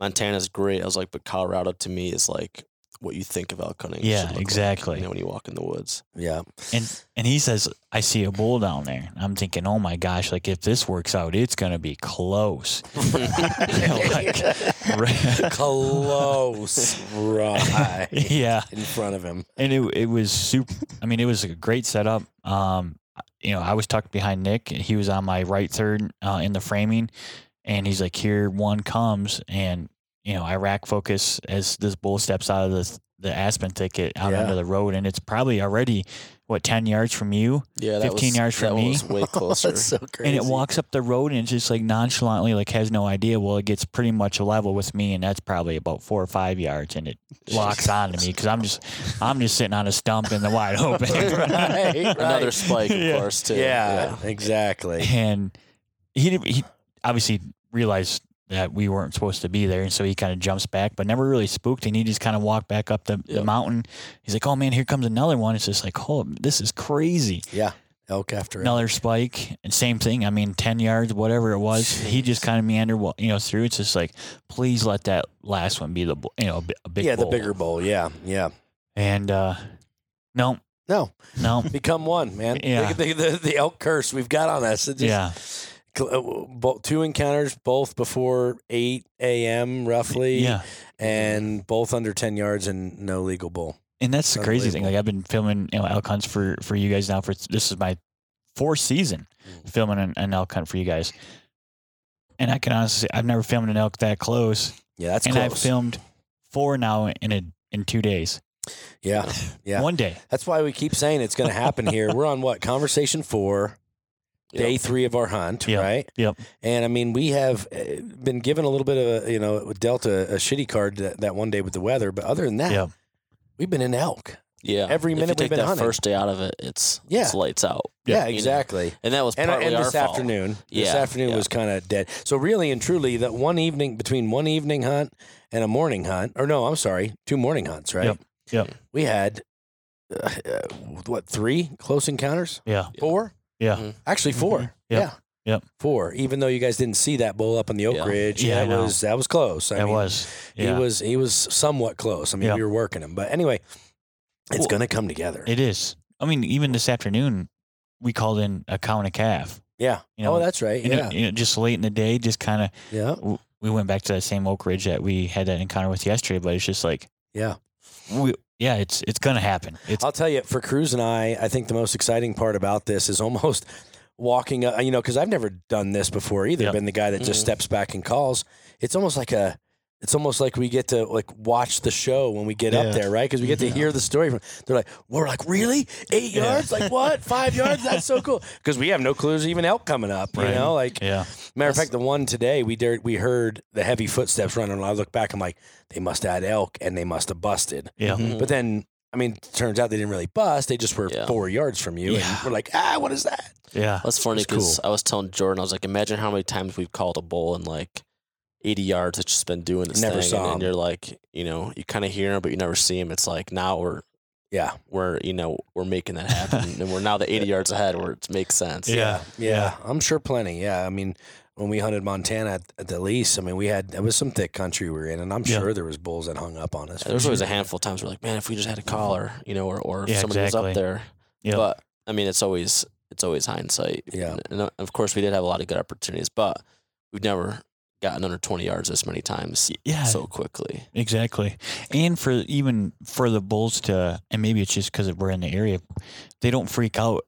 Montana's great. I was like, but Colorado to me is like what you think of elk hunting. should Yeah, look like, exactly. you know, when you walk in the woods. Yeah. and and he says, "I see a bull down there." And I'm thinking, "Oh my gosh! Like if this works out, it's gonna be close." You know, like, right- Close right yeah, in front of him. and it it was super. I mean, it was a great setup. Um, you know, I was tucked behind Nick, and he was on my right third uh, in the framing, and he's like, "Here one comes," and you know, I rack focus as this bull steps out of the the aspen thicket out Yeah. onto the road, and it's probably already what ten yards from you, Yeah, that 15 was, yards that from one me. was way closer. That's so crazy. and it walks up the road and it's just like nonchalantly, like has no idea. Well, it gets pretty much level with me, and that's probably about four or five yards, and it locks onto me because I'm just I'm just sitting on a stump in the wide open. Right, right. Another spike, of Yeah. course, too. Yeah, exactly. and he didn't- he obviously realized that we weren't supposed to be there, and so he kind of jumps back, but never really spooked, and he just kind of walked back up the, the Yep. mountain. He's like, "Oh man, here comes another one!" It's just like, "Oh, this is crazy." Yeah. Elk after elk. Another spike, and same thing. I mean, ten yards, whatever it was, he just kind of meandered, wa- you know, through. It's just like, please let that last one be the, bu- you know, a bi- a big, yeah, the bull. bigger bowl. Yeah, yeah. and uh, no, No, no, become one, man. Yeah. The, the, the, the elk curse we've got on us. It just- yeah, Cl- uh, bo- two encounters, both before 8 a.m. roughly, yeah. and both under 10 yards and no legal bull. And that's the crazy thing. Unbelievable. Like I've been filming, you know, elk hunts for for you guys now for this is my fourth season Mm. filming an, an elk hunt for you guys. And I can honestly, say I've never filmed an elk that close, Yeah, that's and close. I've filmed four now in a in two days, yeah, yeah. one day. That's why we keep saying it's going to happen here. We're on what conversation four, day three of our hunt, Yep. right? Yep. And I mean, we have uh, been given a little bit of a you know Delta a shitty card that, that one day with the weather, but other than that, Yep. we've been in elk. Yeah. Every if minute you we've take been that hunting. first day out of it, it's Yeah. it's lights out. Yeah, You know, exactly. And that was and, partly and our this fault. afternoon, this Yeah, afternoon yeah. was kind of dead. So really and truly, that one evening between one evening hunt and a morning hunt, or no, I'm sorry, two morning hunts, right? Yep, yep. We had uh, uh, what three close encounters? Yeah, Four? Yeah. Mhm. actually 4 Mhm. Yep, Yeah, yep. Four. Even though you guys didn't see that bull up on the Oak Yeah. Ridge, Yeah, I that know. was that was close. I that mean, was. He Yeah, was he was somewhat close. I mean, Yep. we were working him, but anyway, it's Well, gonna come together. it is. I mean, even this afternoon, we called in a cow and a calf. yeah. you know, oh, that's right. You know- Yeah. you know, just late in the day, just kind of yeah. w- we went back to that same Oak Ridge that we had that encounter with yesterday, but it's just like, Yeah. Uh, we, yeah, it's it's gonna happen. It's I'll tell you, for Cruz and I, I think the most exciting part about this is almost walking, uh, you know, because I've never done this before either. Yep. Been the guy that just Mm-hmm. Mhm. steps back and calls. It's almost like a, it's almost like we get to like watch the show when we get Yeah. up there, right? Because we get to hear the story from. They're like, we're like, really? Eight Mm-hmm. Yeah. yards? Like what? Five yards? That's so cool. Because we have no clues even elk coming up, you Right. know. Like yeah, matter of fact, the one today we dared, we heard the heavy footsteps running. And I look back, I'm like, they must have had elk and they must have busted. yeah, Mhm. But then, I mean, turns out they didn't really bust. They just were Yeah. four yards from you. And Yeah. we're like, ah, what is that? yeah, That's funny That's because I was telling Jordan, I was like, imagine how many times we've called a bull in like 80 yards. It's just been doing its Never thing, saw and, him. then you're like, you know, you kind of hear him, but you never see him. It's like now we're Yeah. we're you know we're making that happen, and we're now the 80 yards ahead where it makes sense. yeah, Yeah. I'm sure plenty. Yeah. I mean, when we hunted Montana at, at the lease, I mean, we had, it was some thick country we were in, and I'm Yeah. sure there was bulls that hung up on us. Yeah, There's always a handful of times we're like, man, if we just had a caller, you know, or, or if Yeah, somebody exactly. was up there. Yeah. But I mean, it's always it's always hindsight. Yeah. And, and of course, we did have a lot of good opportunities, but we've never gotten under 20 yards this many times yeah. so quickly. Exactly. And for even for the Bulls to, and maybe it's just because we're in the area, they don't freak out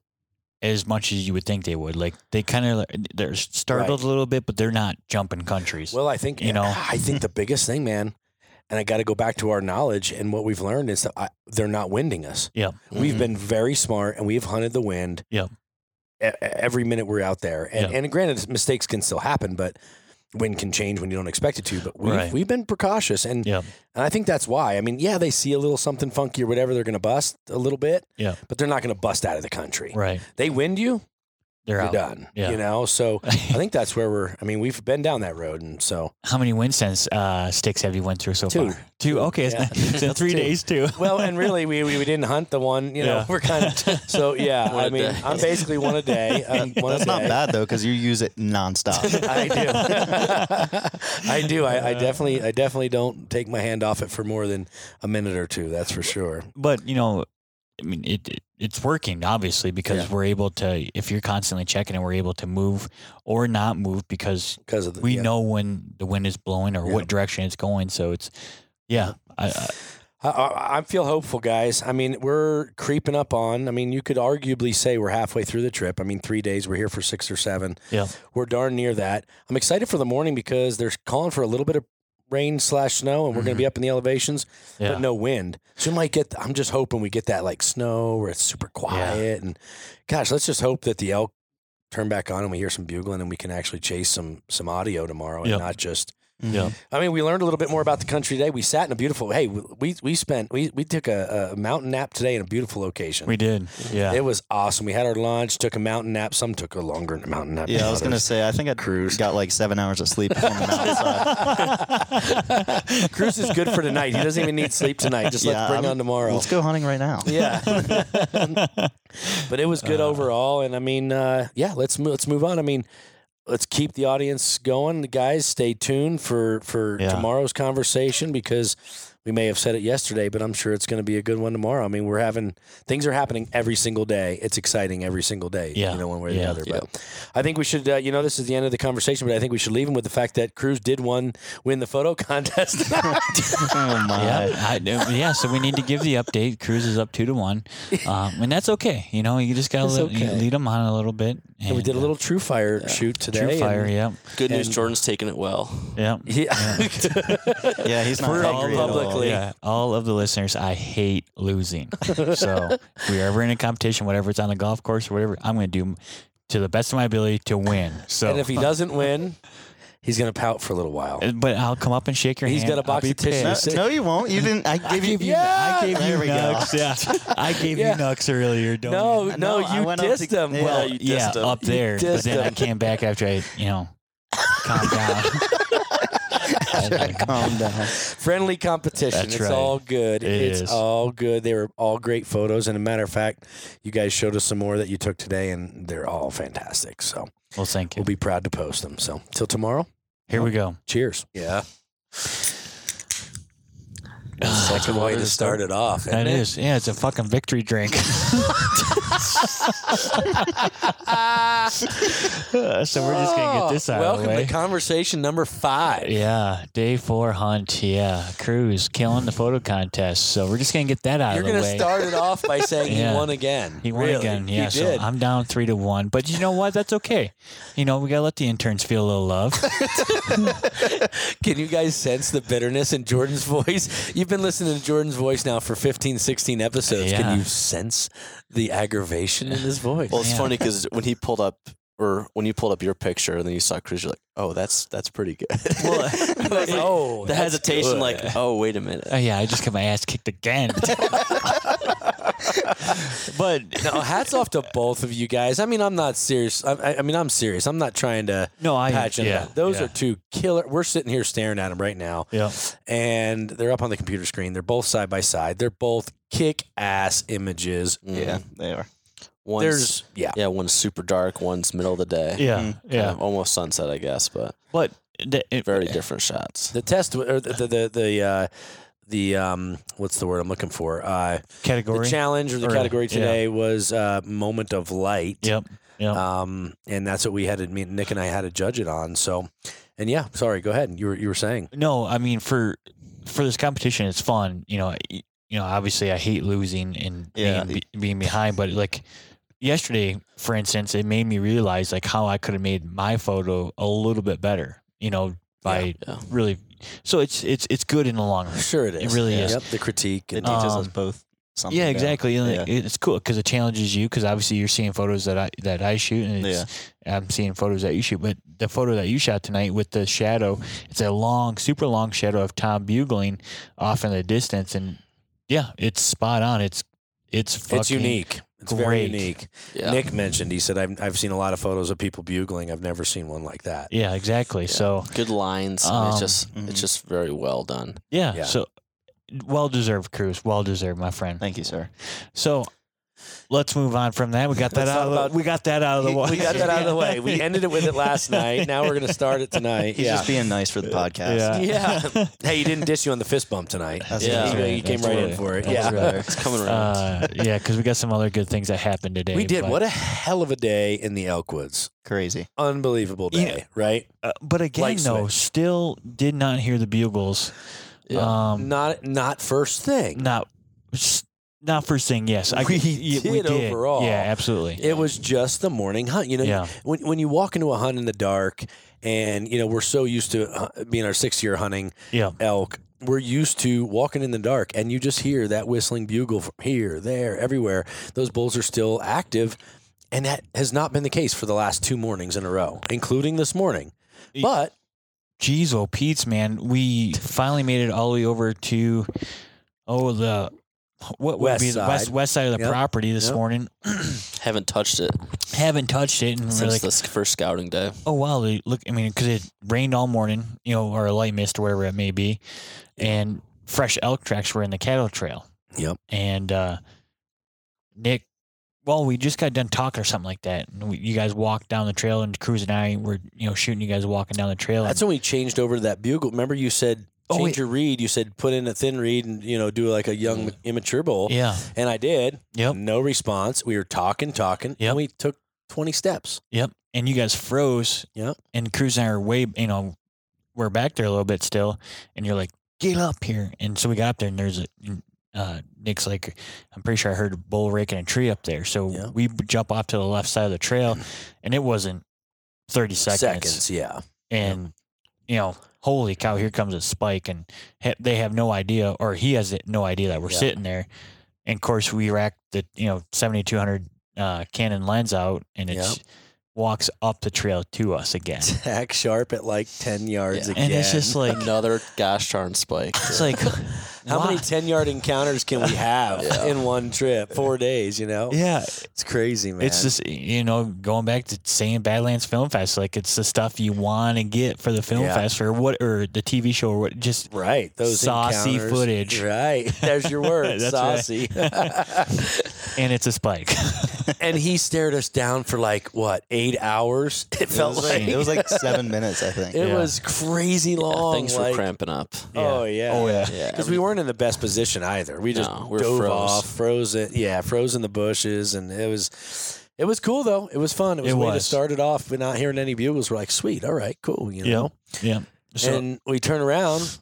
as much as you would think they would. Like they kind of they're startled a little bit, but they're not jumping countries. Well, I think, You know? I think the biggest thing, man, and I got to go back to our knowledge and what we've learned is that I, they're not winding us. yeah, Mm-hmm. We've been very smart and we've hunted the wind. Mm-hmm. Yeah. e- Every minute we're out there, and, Yeah. and granted, mistakes can still happen, but wind can change when you don't expect it to. But we've Right. we've been precautious, and Yeah. and I think that's why. I mean, yeah, they see a little something funky or whatever, they're going to bust a little bit, Yeah. but they're not going to bust out of the country. right. They wind you, They're you're out. done. Yeah. You know, so I think that's where we're. I mean, we've been down that road, and so How many wind sense uh, sticks have you went through so Two. far? Two. Okay, it's Yeah. not- it's in three Two. days too. well, and really, we, we, we didn't hunt the one. You know, Yeah. we're kind of so yeah. One I a mean, day. I'm basically one a day. I'm one a That's not day. bad though, because you use it nonstop. I do. I do. I, I Uh, definitely, I definitely don't take my hand off it for more than a minute or two. That's for sure. but you know, I mean, it, it it's working obviously because Yeah. we're able to. If you're constantly checking, and we're able to move or not move because Because of the, we yeah. know when the wind is blowing or Yeah. what direction it's going. So it's yeah, I, I, I, I, I feel hopeful, guys. I mean, we're creeping up on. I mean, you could arguably say we're halfway through the trip. I mean, three days. We're here for six or seven. Yeah. we're darn near that. I'm excited for the morning because they're calling for a little bit of rain slash snow, and we're Mm-hmm. going to be up in the elevations, yeah. but no wind. So we might get. I'm just hoping we get that like snow where it's super quiet. And gosh, let's just hope that the elk turn back on and we hear some bugling and we can actually chase some some audio tomorrow and Yep. not just Yeah. Mm-hmm. I mean, we learned a little bit more about the country today. We sat in a beautiful. Hey, we we spent we we took a, a mountain nap today in a beautiful location. we did. Yeah, It was awesome. We had our lunch, took a mountain nap. Some took a longer mountain nap. Yeah, than I was gonna others. say. I think I Cruise. got like seven hours of sleep. on the outside. Cruz is good for tonight. He doesn't even need sleep tonight. Just Yeah, let's bring I'm- on tomorrow. Let's go hunting right now. Yeah, but it was good Uh. overall. And I mean, uh, yeah, let's move, let's move on. I mean, let's keep the audience going, guys. Stay tuned for for Yeah. tomorrow's conversation because we may have said it yesterday, but I'm sure it's going to be a good one tomorrow. I mean, we're having things are happening every single day. It's exciting every single day. Yeah. you know, one way or the Yeah. other. But I think we should. Uh, you know, this is the end of the conversation, but I think we should leave him with the fact that Cruz did one win the photo contest. Oh my. Yeah, I, yeah. So we need to give the update. Cruz is up two to one, um, and that's okay. You know, you just gotta It's let, you okay. lead them on a little bit. and we did a uh, little True Fire shoot today. true and- fire. Yep, Good news, And- Jordan's taking it well. yep. Yeah. Yeah, he's not For all angry at all. publicly. Yeah, all of the listeners, I hate losing. so if we're ever in a competition, whatever it's on the golf course or whatever, I'm going to do to the best of my ability to win. So, And if he doesn't win, he's going to pout for a little while. uh, but I'll come up and shake your He's hand. got a I'll box be of tissues. pissed. No, no, you won't. You didn't. I gave you. Yeah. I gave There you we go. nukes. Yeah, I gave Yeah. you nukes earlier. Don't No, you? no, No, I you went up dissed to- him. yeah. Well, you yeah, dissed him. up there. But dissed then I him. came back after I, you know, calmed down. Calm down. friendly competition. That's it's right. all good. It it's is. all good. They were all great photos. And a matter of fact, you guys showed us some more that you took today, and they're all fantastic. So well, thank you. we'll be proud to post them. So till tomorrow, Here we go. cheers. Yeah. Such a way to start it off. That is. Yeah, it's a fucking victory drink. Uh, so we're just gonna get this out Oh, Welcome of the way. to conversation number five. yeah, day four hunt. Yeah, cruise killing the photo contest. So we're just gonna get that out You're of the going to way. start it off by saying Yeah. he won again. he won Really? again. Yeah, he so did. I'm down three to one. But you know what? That's okay. You know we gotta let the interns feel a little love. Can you guys sense the bitterness in Jordan's voice? You've been listening to Jordan's voice now for 15, 16 episodes. Yeah. Can you sense the aggravation in his voice? Well, it's Yeah. funny 'cause funny because when he pulled up, or when you pulled up your picture and then you saw Cruz, you're like, oh, that's that's pretty good. Like, oh, the hesitation, like, oh, wait a minute. oh yeah, I just got my ass kicked again. but no, hats off to both of you guys. I mean, I'm not serious. I, I, I mean, I'm serious. I'm not trying to no, I patch them yeah, up. Those yeah, are two killer. We're sitting here staring at them right now, yeah. and they're up on the computer screen. They're both side by side. They're both kick ass images. Mm. Yeah, they are. One's, There's yeah. yeah, one's super dark, one's middle of the day. Yeah, yeah. Mm, Mm-hmm. Kind of almost sunset, I guess, but But the, it, very different shots. The test or the the the, the uh, the um what's the word I'm looking for? Uh category. The challenge or the Or- category yeah. today was uh, moment of light. Yep. Yep. Um, and that's what we had. To, me, Nick and I had to judge it on. So, and yeah, sorry. Go ahead. You were you were saying no, I mean for for this competition, it's fun. You know, I- you know. Obviously, I hate losing and Yeah. being, be, being behind, but like yesterday, for instance, it made me realize like how I could have made my photo a little bit better. You know, by yeah. really. So it's it's it's good in the long run. sure it is. really is. Yep. The critique. It And, Uh, teaches us Um, both something. Yeah, "Oh, now. exactly. And, like, It's cool because it challenges you because obviously you're seeing photos that I that I shoot and it's, I'm seeing photos that you shoot. But the photo that you shot tonight with the shadow, it's a long, super long shadow of Tom bugling off in the distance, and yeah, it's spot on. It's it's fucking, it's unique. It's very Great. unique. Yeah. Nick mentioned he said I've I've seen a lot of photos of people bugling. I've never seen one like that. Yeah, exactly. So good lines. and Um, it's just mhm. it's just very well done. yeah, Yeah. so well deserved, Cruz. Well deserved, my friend. Thank you, sir. So let's move on from that. We got that Let's out talk of about- the, we got that out of the way. We got that out of the way. We ended it with it last night. Now we're gonna start it tonight. He's yeah. just being nice for the podcast. Yeah. yeah. hey, he didn't diss you on the fist bump tonight. That's Yeah. what I'm You- saying. you came That's right what- in for it. that's Yeah. right. It's coming around. Uh, yeah, because we got some other good things that happened today. We did. but- What a hell of a day in the Elkwoods. Crazy. Unbelievable Yeah. day, right? Uh, but again, Light though, switch. still did not hear the bugles. Yeah. Um, Not not first thing. not, s- not first thing. Yes, I, We y- we did overall. Yeah, absolutely. It was just the morning hunt. You know, Yeah. when when you walk into a hunt in the dark, and you know we're so used to uh, being our sixth year hunting Yeah. elk, we're used to walking in the dark, and you just hear that whistling bugle from here, there, everywhere. Those bulls are still active, and that has not been the case for the last two mornings in a row, including this morning. Y- But Jeez, oh Pete's man, we finally made it all the way over to oh the what would West be the west side. west side of the Yep. property this Yep. morning. Haven't touched it Haven't touched it, and we're since like, this first scouting day. oh wow, they look. I mean, because it rained all morning, you know, or a light mist or whatever it may be, and fresh elk tracks were in the cattle trail. Yep. And uh, Nick, well, we just got done talking or something like that, and we, you guys walked down the trail, and Cruz and I were you know shooting you guys walking down the trail. and- that's when we changed over to that bugle. Remember, you said. Oh, Change wait. Mm. your reed. You said put in a thin reed and you know do like a young immature bull, yeah. and I did. Yep. No response. We were talking, talking, Yep. and we took 20 steps. Yep. And you guys froze. Yep. And Cruz and I are way, you know, we're back there a little bit still. And you're like, get up here. And so we got up there and there's a, and, uh, Nick's like, I'm pretty sure I heard a bull raking a tree up there. So Yeah. we b- jump off to the left side of the trail and it wasn't 30 seconds. yeah. And, you know, holy cow, here comes a spike. And ha- they have no idea, or he has no idea that we're Yeah. sitting there. And of course, we racked the, you know, 7,200 uh, Canon lens out and it Yep. walks up the trail to us again. Tack sharp at like 10 yards Yeah. again. And it's just like, Another gosh darn spike. it's like, how many why? 10 yard encounters can we have Yeah. in one trip? Four days, you know? yeah, It's crazy, oh, man. it's just, you know, going back to saying Badlands Film Fest, like it's the stuff you want to get for the film Yeah. fest or what, or the TV show or what, just right. Those saucy encounters. footage. Right. There's your word, That's saucy. and it's a spike. and he stared us down for like, what, eight hours? It It felt was, like like, it was like seven minutes, I think. it Yeah. was crazy Yeah, long. things like- were cramping up. Oh, yeah. Oh yeah. Yeah, Because we weren't in the best position either. We just No, we were dove froze. off, frozen. Yeah, frozen the bushes, and it was, it was cool though. It was fun. It was It a way to was. start it off, but not hearing any bugles. We're like, sweet, all right, cool. You Yeah. know. yeah. So, and we turn around,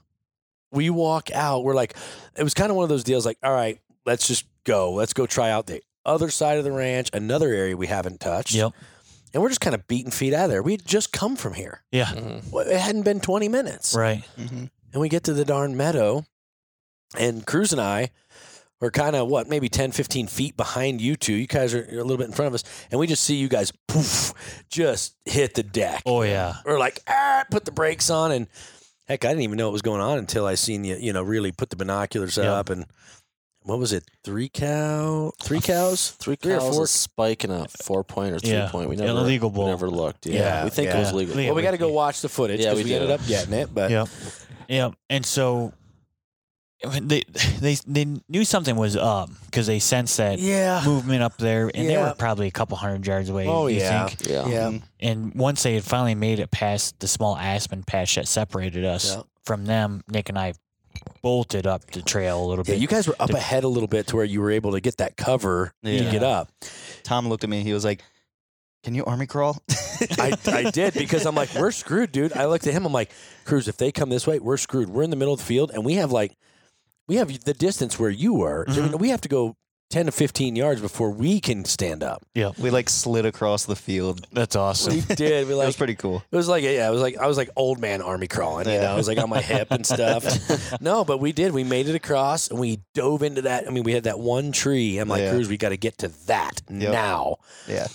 we walk out. We're like, it was kind of one of those deals. Like, all right, let's just go. Let's go try out the other side of the ranch, another area we haven't touched. yep. And we're just kind of beating feet out of there. We had just come from here. Yeah. Mhm. It hadn't been twenty minutes. Right. Mhm. And we get to the darn meadow, and Cruz and I are kind of what, maybe 10, 15 feet behind you two. You guys are you're a little bit in front of us, and we just see you guys poof, just hit the deck. Oh, yeah. We're like, ah, put the brakes on. And heck, I didn't even know what was going on until I seen you, you know, really put the binoculars Yeah. up. And what was it? Three cow, three cows? Three Three or cows, four- a spike, and a four point or three Yeah. point. We Yeah, never illegal bull. We never looked. Yeah, Yeah, we think yeah. it was legal. Legal. well, we got to go watch the footage Yeah, 'cause we we, ended do. up getting it. But Yep. Uh, Yep. And so I mean, they they they knew something was up because they sensed that yeah. movement up there, and they Yeah. were probably a couple hundred yards away. Oh, you yeah. Think. Yeah. Yeah. Mm-hmm. And once they had finally made it past the small aspen patch that separated us Yeah. from them, Nick and I bolted up the trail a little Yeah, bit. you guys were up ahead a little bit to where you were able to get that cover to Yeah. get up. Tom looked at me. He was like, "Can you army crawl?" I, I did because I'm like, we're screwed, dude. I looked at him. I'm like, Cruz, if they come this way, we're screwed. We're in the middle of the field, and we have like, we have the distance where you were. Mhm. We have to go ten to fifteen yards before we can stand up. We like slid across the field. That's awesome. We did. We That like. was pretty cool. it was like yeah, it was like I was like old man army crawling, you know. I was like on my hip and stuff. no, but we did. We made it across and we dove into that. I mean, we had that one tree. I'm like, Yeah. Cruz, we got to get to that Yep. now. Yeah.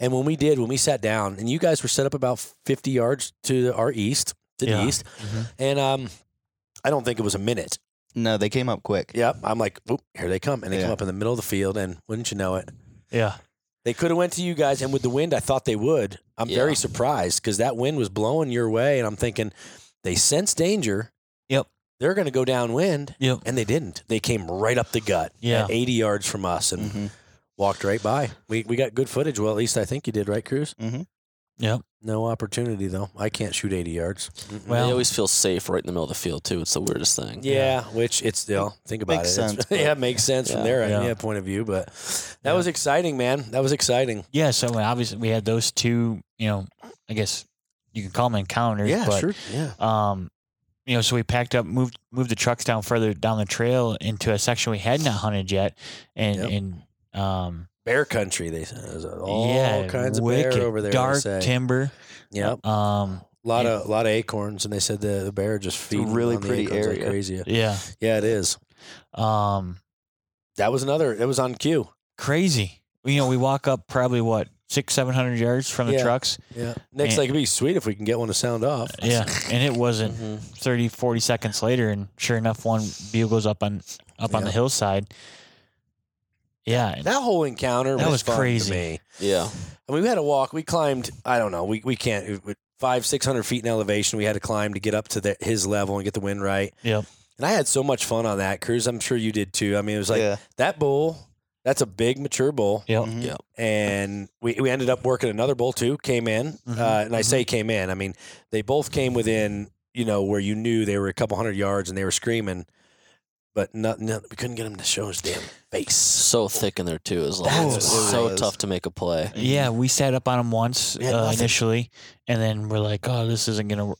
And when we did, when we sat down, and you guys were set up about 50 yards to our east, to Yeah. the east, Mhm. and um, I don't think it was a minute. No, they came up quick. Yep, I'm like, Oop, here they come, and they Yeah. come up in the middle of the field, and wouldn't you know it, Yeah. They could have went to you guys, and with the wind, I thought they would. I'm Yeah. very surprised because that wind was blowing your way, and I'm thinking they sense danger. Yep. They're going to go downwind, Yep. and they didn't. They came right up the gut, Yeah. at 80 yards from us, Mm-hmm. and Mhm. walked right by. We we got good footage. Well, at least I think you did, right, Cruz? Mhm. Yep. No opportunity though. I can't shoot 80 yards. Mm-mm. Well- they always feel safe right in the middle of the field too. It's the weirdest thing. Yeah, which it's still think about Makes it. It's- sense, but- yeah, it makes sense from Yeah. their Yeah. yeah, point of view. But that Yeah. was exciting, man. That was exciting. Yeah. So obviously we had those two, you know, I guess you can call them encounters. but, Yeah. Um, you know, so we packed up, moved moved the trucks down further down the trail into a section we had not hunted yet, and Yep. and um, Bear country. They said There's all yeah, kinds of wicked bear over there. dark they say. timber. Yep. Um, A lot of a lot of acorns, and they said the, the bear just a feeding really on the pretty acorns like area. crazy. yeah. Yeah, it is. Um, That was another. It was on cue. crazy. You know, we walk up probably what six, seven hundred yards from the Yeah. trucks. Yeah. Next, And- like, it'd be sweet if we can get one to sound off. Yeah, and it wasn't Mm-hmm. Mhm. 30, 40 seconds later, and sure enough, one bugles up on up on the Yeah. hillside. Yeah, and- That whole encounter That was fun to crazy. me. Yeah. I mean, we had to walk. We climbed. I don't know. We we can't. it- it- Five six hundred feet in elevation. We had to climb to get up to the, his level and get the wind right. Yep. And I had so much fun on that cruise. I'm sure you did too. I mean, it was like yeah. that bull. That's a big mature bull, yep, Mhm. Yeah. and we, we ended up working another bull too. Came in, Mhm, uh, and I say came in. I mean, they both came within. You know where you knew they were a couple hundred yards and they were screaming, but not, no we couldn't get them to show his damn face. So thick in there too. Is like That's it's what it so was. tough to make a play. yeah. We sat up on him once We had uh, nothing. initially, and then we're like, "Oh, this isn't gonna." wor-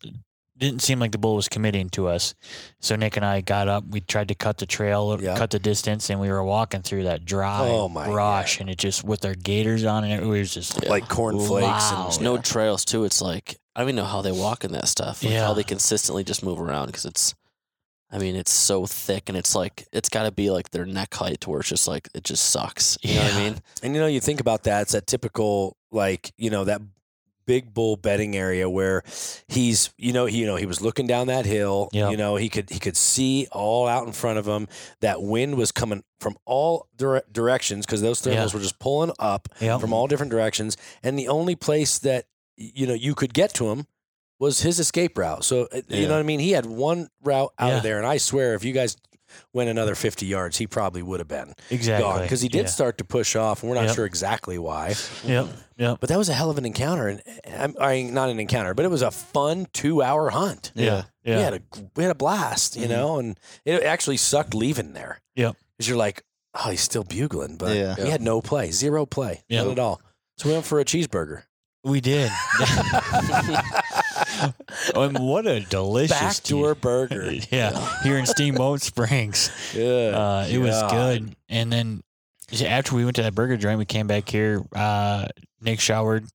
Didn't seem like the bull was committing to us, so Nick and I got up. We tried to cut the trail, uh, Yeah. cut the distance, and we were walking through that dry Oh, my brush, and it just with our gaiters on, and it was just Yeah. Like cornflakes. Wow. Oh, There's And, no trails too. It's like I don't even know how they walk in that stuff. Like Yeah. How they consistently just move around because it's, I mean, it's so thick and it's like it's got to be like their neck height to where it's just like it just sucks. You know what I Yeah. mean? And you know, you think about that, it's that typical like, you know, that big bull bedding area where he's you know, he you know, he was looking down that hill. Yeah. You know, he could he could see all out in front of him. That wind was coming from all dire- directions because those thermals Yeah. were just pulling up yeah, from all different directions. And the only place that y- you know you could get to him was his escape route. So uh, you Yeah. know what I mean? He had one route out Yeah. of there and I swear if you guys went another 50 yards, he probably would have been exactly because he did start to push off, and we're not Yep. sure exactly why. Yeah. Yep, yep, But that was a hell of an encounter, and uh, I'm, I mean, not an encounter, but it was a fun two-hour hunt. yeah, yeah, Mm-hmm. We had a we had a blast, you Mhm. know, and it actually sucked leaving there. Yep. because you're like, oh, he's still bugling, but Yeah. we had no play, zero play, Yeah. none at all. So we went for a cheeseburger. we did. and what a delicious Backdoor burger. Yeah, here in Steamboat Springs. Yeah. Uh, it was God. good. And then after we went to that burger joint, we came back here. Uh, Nick showered,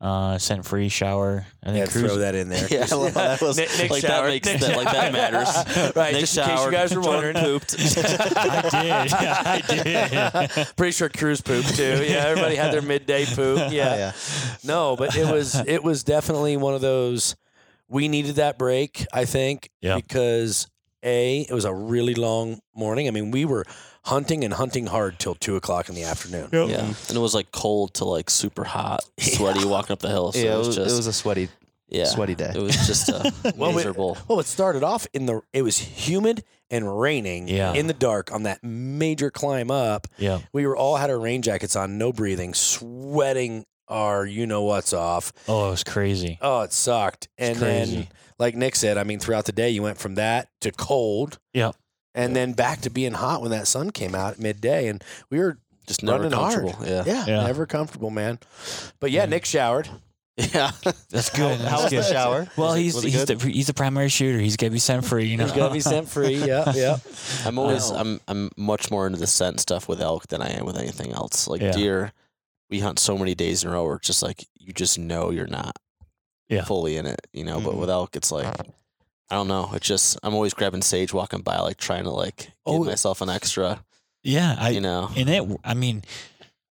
uh, sent free shower. I yeah, think throw Cruz. that in there. Yeah, I love how that was- Nick, Nick like, that showered. makes Nick that- like, showered. that matters. right? Nick just in case you showered, guys were Jordan wondering, pooped. I did. Yeah, I did. Pretty sure Cruz pooped too. Yeah, everybody had their midday poop. Yeah. Yeah. No, but it was it was definitely one of those we needed that break, I think, Yeah. because A, it was a really long morning. I mean, we were hunting and hunting hard till two o'clock in the afternoon. Yep. Yeah. And it was like cold to like super hot, sweaty walking up the hill. So Yeah, it was just it was a sweaty, yeah, sweaty day. It was just uh, Well, we- miserable. Well, it started off in the it was humid and raining Yeah. in the dark on that major climb up. Yeah. We were all had our rain jackets on, no breathing, sweating our you know what's off. Oh, it was crazy. Oh, it sucked. And then, crazy. like Nick said, I mean, throughout the day, you went from that to cold. Yep. And then back to being hot when that sun came out at midday. And we were, just never running hard. comfortable. Yeah. yeah, Yeah. never comfortable, man. But yeah, Nick showered. Yeah. That's good. How was the shower? Well, Was it- he's was it he's good? the, he's the primary shooter. He's gonna be sent free. You know. He's going to be sent free. Yep, yep. I'm always Oh. know. I'm I'm much more into the scent stuff with elk than I am with anything else. Like Yeah. deer, we hunt so many days in a row where it's just like you just know you're not Yeah. Mm-hmm. fully in it, you know. But Mhm. with elk, it's like I don't know. It's just I'm always grabbing sage walking by, like trying to like give Oh. myself an extra, Yeah. I, you know. And it, I mean,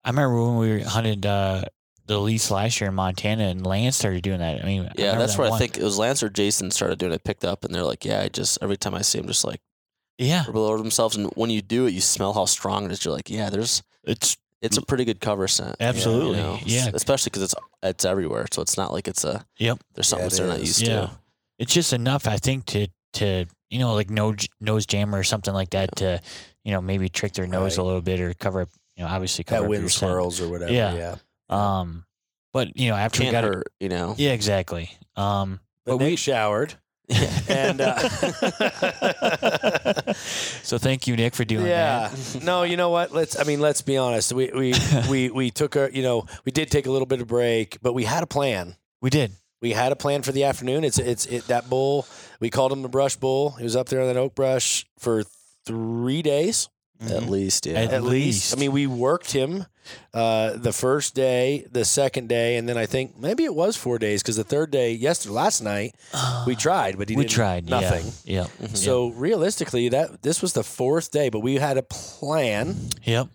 I remember when we hunted uh, the lease last year in Montana, and Lance started doing that. I mean, I Yeah, remember that's that where I one- think it was Lance or Jason started doing it. Picked up and they're like, yeah, I just every time I see him, just like Yeah, rub it over themselves. And when you do it, you smell how strong it is. You're like, yeah, there's it's It's a pretty good cover scent. you Absolutely, know, yeah. Especially because it's it's everywhere, so it's not like it's a Yep. There's something Yeah, that it they're not is. used Yeah. to. It's just enough, I think, to to you know like nose nose jammer or something like that to you know maybe trick their nose a Right. little bit or cover up. You know, obviously cover that up wind your scent. swirls or whatever. Yeah. Yeah. Um, but you know after we Can't got hurt, you know. it, yeah, exactly. Um, But, Nick showered. And uh, so thank you, Nick, for doing yeah. that. No, you know what? Let's. I mean, let's be honest. We we we we took our. You know, we did take a little bit of break, but we had a plan. We did. We had a plan for the afternoon. It's it's it, that bull. We called him the brush bull. He was up there on that oak brush for three days Mm-hmm. At least, yeah. Mm-hmm. At- at least. least. I mean, we worked him uh, the first day, the second day, and then I think maybe it was four days because the third day, yesterday, last night, we tried, but he Uh-huh. we didn't- tried yeah. nothing. Yep. Mm-hmm. So realistically, that this was the fourth day, but we had a plan. Yep.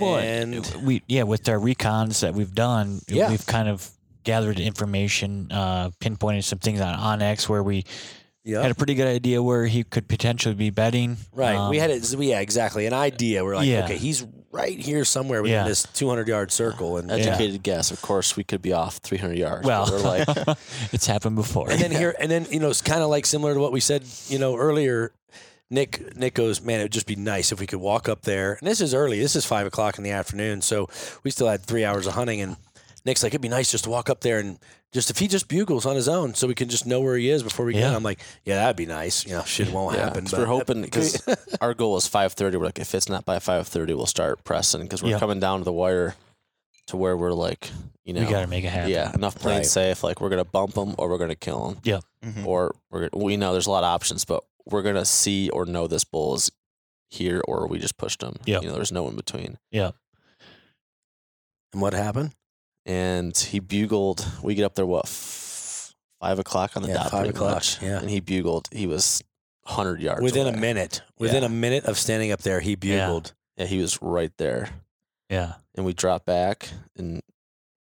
Well, And- we yeah, with our recons that we've done, Yeah. we've kind of gathered information, uh, pinpointed some things on Onyx where we had Yeah, a pretty good idea where he could potentially be betting. right. Um, we had it. Yeah, exactly. An idea. We're like, Yeah. okay, he's right here somewhere within Yeah. this 200 yard circle, and Educated guess. Of course, we could be off 300 yards. well, but we're like, it's happened before. and then here, and then you know, it's kind of like similar to what we said, you know, earlier. Nick, Nick goes, man, it would just be nice if we could walk up there. And this is early. This is five o'clock in the afternoon, so we still had three hours of hunting. And Nick's like, it'd be nice just to walk up there and just if he just bugles on his own, so we can just know where he is before we Yeah. go. I'm like, yeah, that'd be nice. You know, shit won't yeah. happen. 'Cause we're hoping because our goal was 5:30. We're like, if it's not by 5:30, we'll start pressing because we're Yeah. coming down to the wire to where we're like, you know, we got to make it happen. yeah, enough plain Right. safe. Like we're gonna bump them or we're gonna kill them. Yep. Mhm. Mm-hmm. Or we're we know there's a lot of options, but we're gonna see or know this bull is here or we just pushed him. Yep. You know, there's no in between. and what happened? And he bugled. We get up there what f- five o'clock on the Yeah, dot. five pretty o'clock, much, yeah. And he bugled. He was hundred yards Within a away. minute, within Yeah. a minute of standing up there, he bugled. Yeah, he was right there. Yeah. and we dropped back and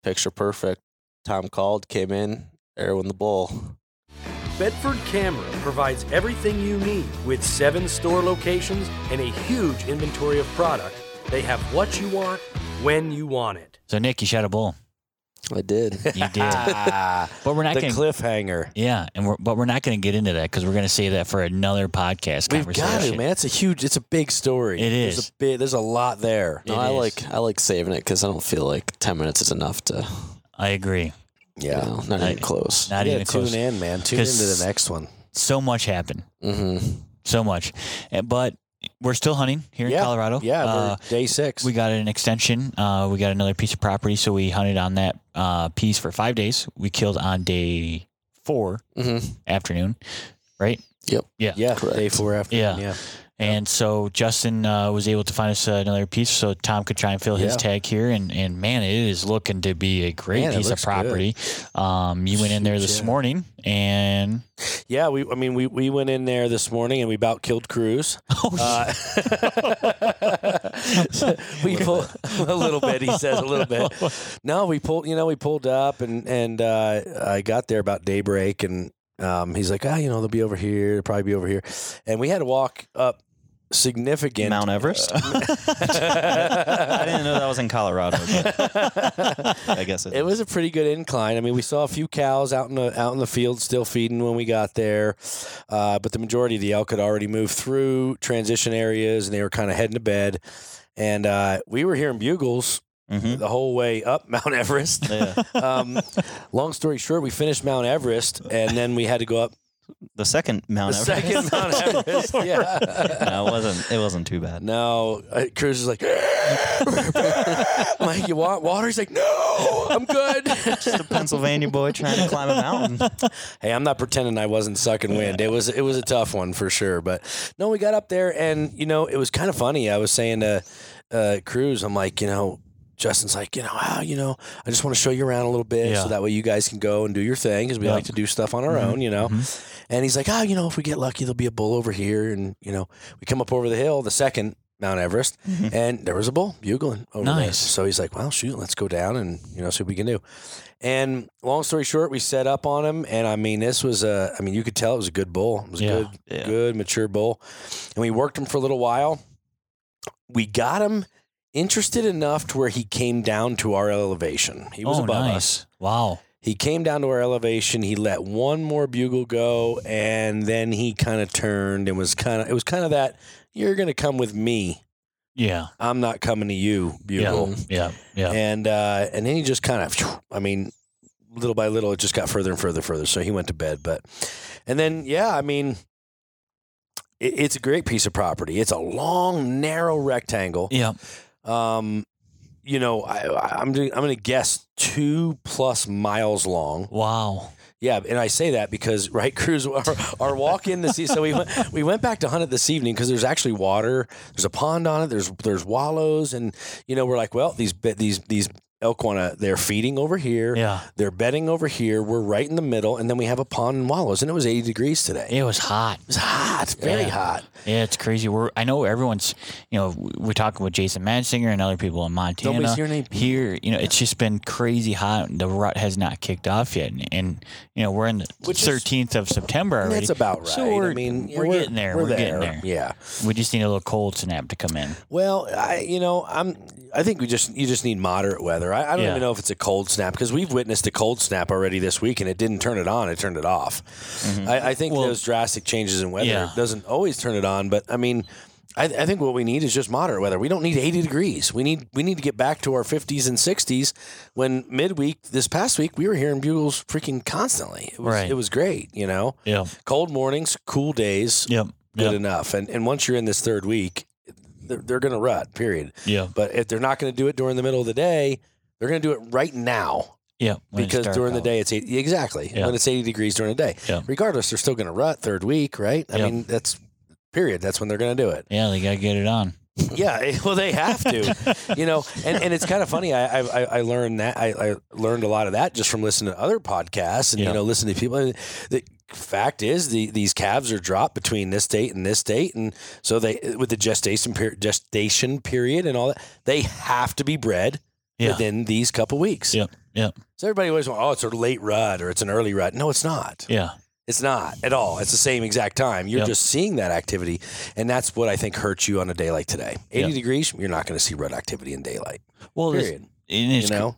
picture perfect. Tom called, came in, arrow in the bull. Bedford Camera provides everything you need with seven store locations and a huge inventory of product. They have what you want when you want it. So Nick, you shot a bull. I did. You did, Ah, but we're not the going. to cliffhanger. yeah, and we're but we're not going to get into that because we're going to save that for another podcast We've conversation. got to man. It's a huge. It's a big story. It There's is. a big. There's a lot there. No, It I is. like I like saving it because I don't feel like ten minutes is enough to. I agree. Yeah, Yeah. not I- even close. Not yeah, even tune close. in, man. Tune into 'Cause- the next one. So much happened. hmm so much. Uh, But we're still hunting here yeah, in Colorado. Yeah, we're Uh, day six. we got an extension. Uh, we got another piece of property, so we hunted on that uh, piece for five days. We killed on day four hmm Mm-hmm. afternoon, right? yeah, correct. day four after. Yeah. Yeah, yeah. And so Justin uh, was able to find us another piece, so Tom could try and fill his Yeah. tag here. And, and man, it is looking to be a great Man, it piece of looks good. property. Um, you went in there Shoot, this yeah. morning, and we. I mean, we we went in there this morning and we about killed Cruz. oh, Uh, we pulled a little bit. He says a little bit. No, we pulled. You know, we pulled up, and and uh, I got there about daybreak, and um, he's like, ah, you know, they'll be over here. They'll probably be over here, and we had to walk up significant. Mount Everest. I didn't know that was in Colorado. But I guess it, it was a pretty good incline. I mean, we saw a few cows out in the out in the field still feeding when we got there, uh, but the majority of the elk had already moved through transition areas and they were kind of heading to bed. And uh, we were hearing bugles Mhm. the whole way up Mount Everest. Yeah. um, long story short, we finished Mount Everest and then we had to go up the second Mount the Everest. second Mount Everest. Yeah. no, it wasn't. It wasn't too bad. No, uh, Cruz is like, Mike, you want water? He's like, no, I'm good. Just a Pennsylvania boy trying to climb a mountain. Hey, I'm not pretending I wasn't sucking wind. It was it was a tough one for sure. But no, we got up there and you know it was kind of funny. I was saying to uh, Cruz, I'm like, you know, Justin's like, you know, wow, you know, I just want to show you around a little bit Yeah. so that way you guys can go and do your thing because we Yeah. Mm-hmm. like to do stuff on our own, you know. And he's like, oh, you know, if we get lucky, there'll be a bull over here, and you know, we come up over the hill, the second. Mount Everest, and there was a bull bugling over there. Mm-hmm. Nice. So he's like, "Well, shoot, let's go down and you know see what we can do." And long story short, we set up on him, and I mean, this was a, I mean, you could tell it was a good bull. It was Yeah, a good, good mature bull, and we worked him for a little while. We got him interested enough to where he came down to our elevation. He was oh, above nice. us. Wow. He came down to our elevation. He let one more bugle go, and then he kind of turned and was kind of. It was kind of that you're going to come with me. Yeah. I'm not coming to you, bugle. Yeah. Yeah. And uh, and then he just kind of. I mean, little by little, it just got further and further, further. So he went to bed. But and then yeah, I mean, it, it's a great piece of property. It's a long, narrow rectangle. Yeah. Um, you know, I, I- I'm doing, I'm going to guess two plus miles long. Wow. Yeah, and I say that because right, Cruz, our, our walk in this. e- So we went we went back to hunt it this evening because there's actually water. There's a pond on it. There's there's wallows, and you know we're like, well, these be- these these elk wanna they're feeding over here. Yeah. They're bedding over here. We're right in the middle, and then we have a pond and wallows, and it was 80 degrees today. It It was hot. was hot, very Yeah. hot. Yeah, it's crazy. We're I know everyone's you know w- we're talking with Jason Madsinger and other people in Montana. Nobody's hearing any- here. You know, it's just been crazy hot. The rut has not kicked off yet, and, and you know we're in the Which is- thirteenth of September And already. that's about right. So we're, I mean, we're, getting there. We're, getting there. Yeah. We just need a little cold snap to come in. Well, I you know I'm I think we just you just need moderate weather. I, I don't Yeah. even know if it's a cold snap because we've witnessed a cold snap already this week and it didn't turn it on; it turned it off. I, I think Mm-hmm. Well- those drastic changes in weather Yeah. doesn't always turn it on, but I mean, I, I think what we need is just moderate weather. We don't need 80 degrees. We need we need to get back to our 50s and 60s. When midweek this past week we were hearing bugles freaking constantly. It was Right. it was great. You know, Yeah. cold mornings, cool days, Yep. good Yep. enough. And and once you're in this third week, they're, they're going to rut. Period. Yeah. But if they're not going to do it during the middle of the day, they're going to do it right now Yeah. when it's because dark during the out. day it's 80, exactly Yeah. when it's 80 degrees during the day. Yeah. Regardless, they're still going to rut third week, right? I Yeah. mean, that's period. That's when they're going to do it. Yeah, they gotta get it on. yeah. eh, Well, they have to, you know, and, and it's kind of funny. I, I, I- I learned that I, I learned a lot of that just from listening to other podcasts and, Yeah. you know, listening to people. And the fact is the, these calves are dropped between this date and this date. And so they, with the gestation period, gestation period and all that, they have to be bred Yeah. within these couple weeks. Yep. Yep. So everybody always went, oh, it's a late rut or it's an early rut. No, it's not. Yeah. It's not at all. It's the same exact time. You're Yep. just seeing that activity. And that's what I think hurts you on a day like today. 80 Yep. degrees, you're not going to see rut activity in daylight. Well, this, Period. and You it's know?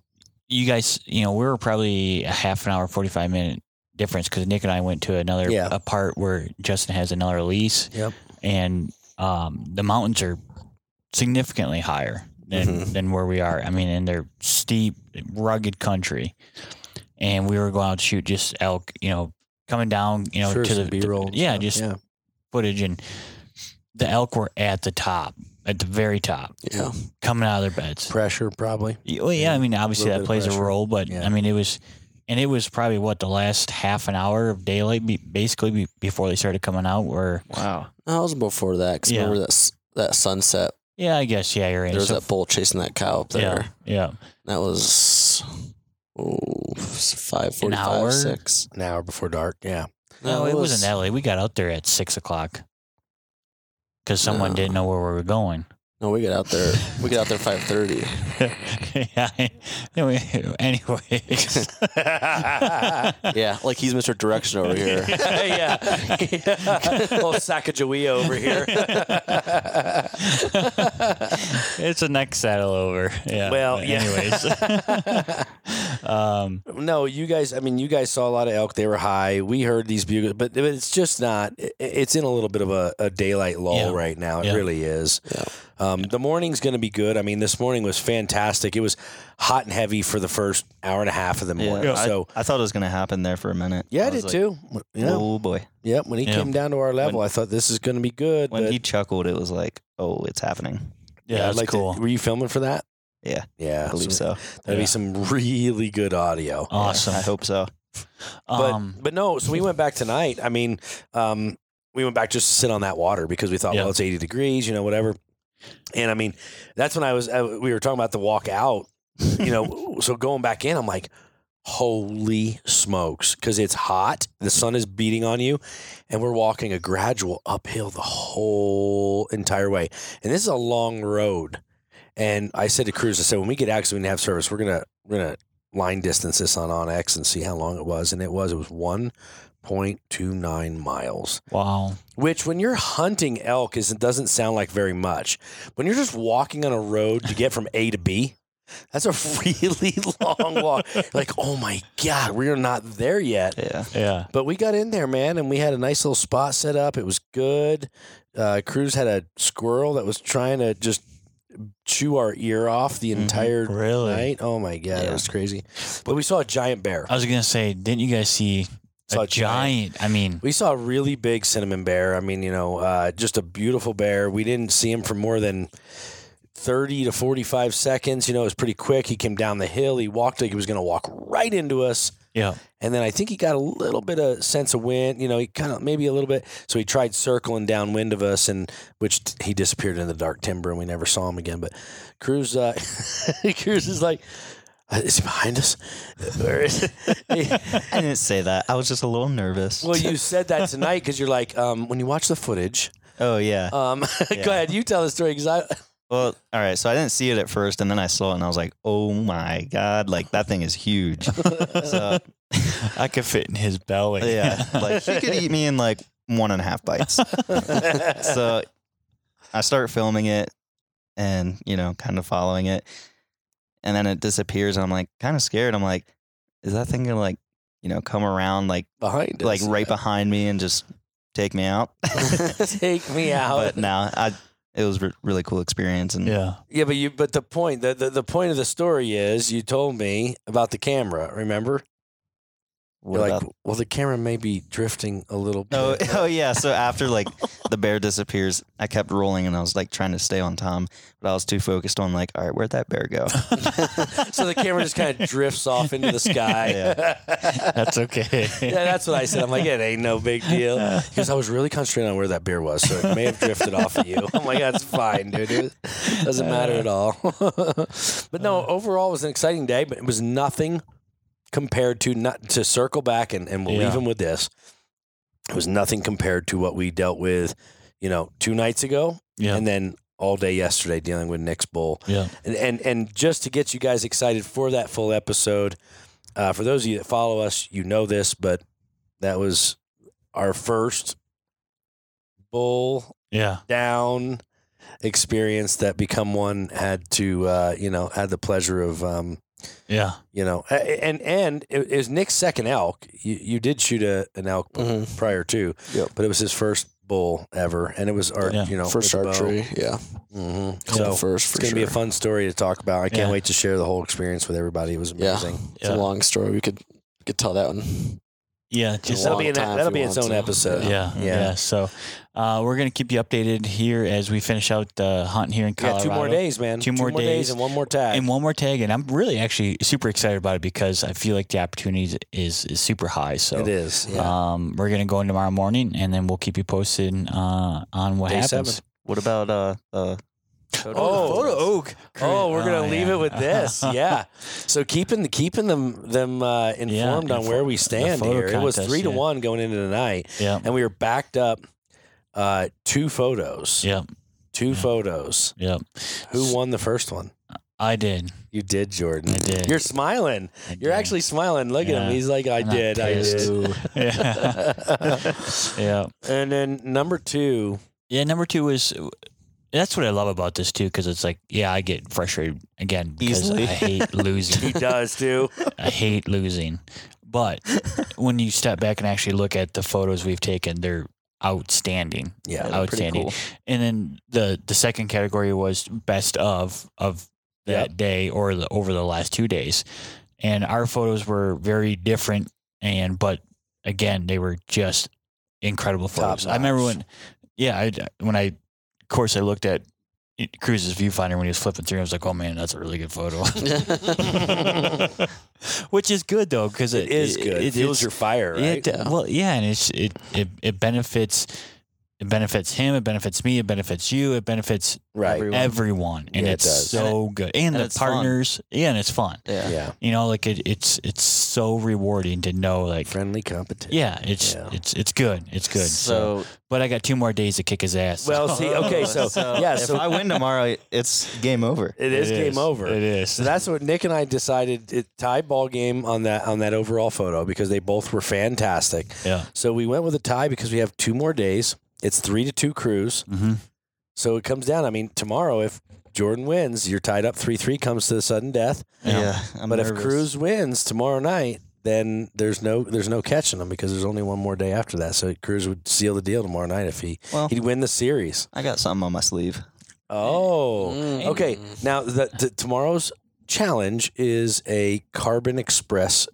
you guys, you know, we were probably a half an hour, 45 minute difference because Nick and I went to another Yeah. a part where Justin has another lease. Yep. And um, the mountains are significantly higher than, Mhm. than where we are. I mean, and they're steep, rugged country. And we were going out to shoot just elk, you know, coming down, you know, Sure, to the some B-roll and Yeah, stuff. just Yeah. footage. And the elk were at the top, at the very top, Yeah. coming out of their beds. Pressure, probably. Y- Well, yeah, I mean, obviously little bit that of plays a pressure. role, but Yeah. I mean, it was, and it was probably what the last half an hour of daylight, be, basically be, before they started coming out. Where, Wow. No, it was before that because Yeah. remember that s- that sunset. yeah, I guess, yeah, you're right. There was So- that bull chasing that cow up there. yeah, yeah, That was oh, five An hour? forty-five, six. An hour before dark. Yeah. no, it wasn't that late. We got out there at six o'clock because someone No. didn't know where we were going. No, we got out there. We got out there five thirty. yeah, anyways. Yeah, like he's Mr. Direction over here. yeah. Little Sacagawea over here. it's a neck saddle over. Yeah. Well, but yeah. Anyways. um, No, you guys. I mean, you guys saw a lot of elk. They were high. We heard these bugles, but but it's just not. i- It's in a little bit of a, a daylight lull Yeah. right now. It Yeah. really is. Yeah. Um, the morning's going to be good. I mean, this morning was fantastic. It was hot and heavy for the first hour and a half of the Yeah. morning. I- So I, thought it was gonna happen there for a minute. yeah, I, did was like, too. Yeah, Oh boy. yep. When he Yeah. came down to our level, I thought this is going to be good. When but- he chuckled, it was like, oh, it's happening. yeah, I'd that's like to- cool. were you filming for that? Yeah. yeah. I believe some- so. That'd Yeah. be some really good audio. Awesome. I hope so. But um, but no, so we went back tonight. I mean, um, we went back just to sit on that water because we thought, Yeah. well, it's eighty degrees, you know, whatever. And I mean, that's when I was. I, we were talking about the walk out, you know. so going back in, I'm like, holy smokes, because it's hot. The sun is beating on you, and we're walking a gradual uphill the whole entire way. And this is a long road. And I said to Cruz, I said, when we get out, 'cause we didn't have service, we're gonna we're gonna line distance this on on X and see how long it was. And it was it was one 0.29 miles, Wow. which when you're hunting elk is it doesn't sound like very much. When you're just walking on a road to get from A to B, that's a really long walk. Like, oh my god, we are not there yet. Yeah. Yeah. But we got in there, man, and we had a nice little spot set up. It was good. Uh, Cruz had a squirrel that was trying to just chew our ear off the entire Really? night. Oh my god, it Yeah. was crazy. But we saw a giant bear. I was gonna say, didn't you guys see Saw a a giant. giant? I mean, We saw a really big cinnamon bear. I mean, you know, uh, just a beautiful bear. We didn't see him for more than 30 to 45 seconds. You know, it was pretty quick. He came down the hill. He walked like he was going to walk right into us. yeah. And then I think he got a little bit of sense of wind. You know, he kind of maybe a little bit. So he tried circling downwind of us, and which t- he disappeared in the dark timber, and we never saw him again. But Cruz, uh, Cruz is like, "Uh, is he behind us? Where is he? I didn't say that. I was just a little nervous. Well, you said that tonight because you're like, um, when you watch the footage, oh yeah. um, go ahead, you tell the story because I, Well, all right. So I didn't see it at first, and then I saw it, and I was like, "Oh my god! Like that thing is huge." so I could fit in his belly. yeah, like she could eat me in like one and a half bites. so I start filming it, and you know, kind of following it, and then it disappears, and I'm like, kind of scared. I'm like, "Is that thing gonna like, you know, come around like behind us, like right behind me and just take me out?" Take me out. But now I, it was a really cool experience, and Yeah. yeah, but you, but the point, the, the the point of the story is, you told me about the camera. Remember? what you're about like, well, the camera may be drifting a little bit. Oh, oh yeah. So after like the bear disappears, I kept rolling and I was like trying to stay on Tom, but I was too focused on like, all right, where'd that bear go? so the camera just kind of drifts off into the sky. Yeah. That's okay. Yeah, that's what I said. I'm like, it ain't no big deal. Because I was really concentrating on where that beer was, so it may have drifted off of you. I'm like, that's fine, dude. It doesn't matter at all. but no, Uh. overall, it was an exciting day, but it was nothing compared to not to circle back and, and we'll Yeah. leave him with this. It was nothing compared to what we dealt with, you know, two nights ago Yeah. and then all day yesterday dealing with Nick's bull. yeah. And, and and just to get you guys excited for that full episode, uh, for those of you that follow us, you know this, but that was our first bull Yeah. down experience that become one had to uh, you know had the pleasure of um, Yeah. you know a- a- and and it was Nick's second elk. You, you did shoot a, an elk Mhm. prior to, Yep. but it was his first bull ever, and it was our Yeah. you know first archery, yeah, hmm Couple first for it's gonna sure. be a fun story to talk about. I can't Yeah. wait to share the whole experience with everybody. It was Yeah. amazing. It's Yeah. a long story. We could could tell that one. Yeah. It's Just a that'll long be an- time if that'll you be its want own to. episode. Yeah. Yeah, Yeah. yeah. So uh, we're gonna keep you updated here as we finish out the hunt here in We got Colorado. two more days, man. Two more days. and one more tag. And one more tag, and I'm really actually super excited about it because I feel like the opportunity is is super high. So it is. Yeah. um, we're gonna go in tomorrow morning, and then we'll keep you posted uh, on what Day happens. seven. What about uh uh Oh, photo oak. Oh, we're gonna Oh, leave yeah. it with this. Yeah. So keeping the keeping them them uh, informed on info- where we the stand photo here. it was contest, three to yeah. one going into the night, Yeah. and we were backed up uh, two photos. Yep. Two photos. Yep. Who won the first one? I did. You did, Jordan. I did. You're smiling. I You're did. actually smiling. Look at Yeah. him. He's like, I I'm not did. I pissed. did. yeah. yeah. and then number two, Yeah, number two is that's what I love about this too, because it's like, yeah, I get frustrated again because Easily. I hate he losing. does too. I hate losing. But when you step back and actually look at the photos we've taken, they're outstanding. Yeah. I would say pretty cool. And then the the second category was best of of that day or the over the last two days. And our photos were very different and but again, they were just incredible Top photos. I remember notch. when yeah, I when I of course I looked at Cruz's viewfinder when he was flipping through, I was like, "Oh man, that's a really good photo," which is good though because It is good. It, It, fuels it's- your fire, yeah, right? it- well, yeah, and it's it it, it benefits it benefits him, it benefits me, it benefits you, it benefits Right. Everyone. everyone, and Yeah, it it's does. so good. And, and the it's fun. partners, yeah, and it's fun. Yeah. Yeah. You know, like it, it's it's so rewarding to know, like, Friendly competition. yeah, it's Yeah. it's it's good, it's good. So, So, but I got two more days to kick his ass. so- Well, see, okay, so, yeah, if so I win tomorrow, it's game over. it is game over. It is. So that's what Nick and I decided. It tie ball game on that on that overall photo because they both were fantastic. yeah. So we went with a tie because we have two more days. It's three to two crews. hmm So it comes down. I mean, tomorrow if Jordan wins, you're tied up three three. Comes to the sudden death. Yeah. I'm but if nervous. Cruz wins tomorrow night, then there's no there's no catching him because there's only one more day after that. So Cruz would seal the deal tomorrow night if he Well- he'd win the series. I got something on my sleeve. Oh, Mm. okay. Now the, t- tomorrow's challenge is a Carbon Express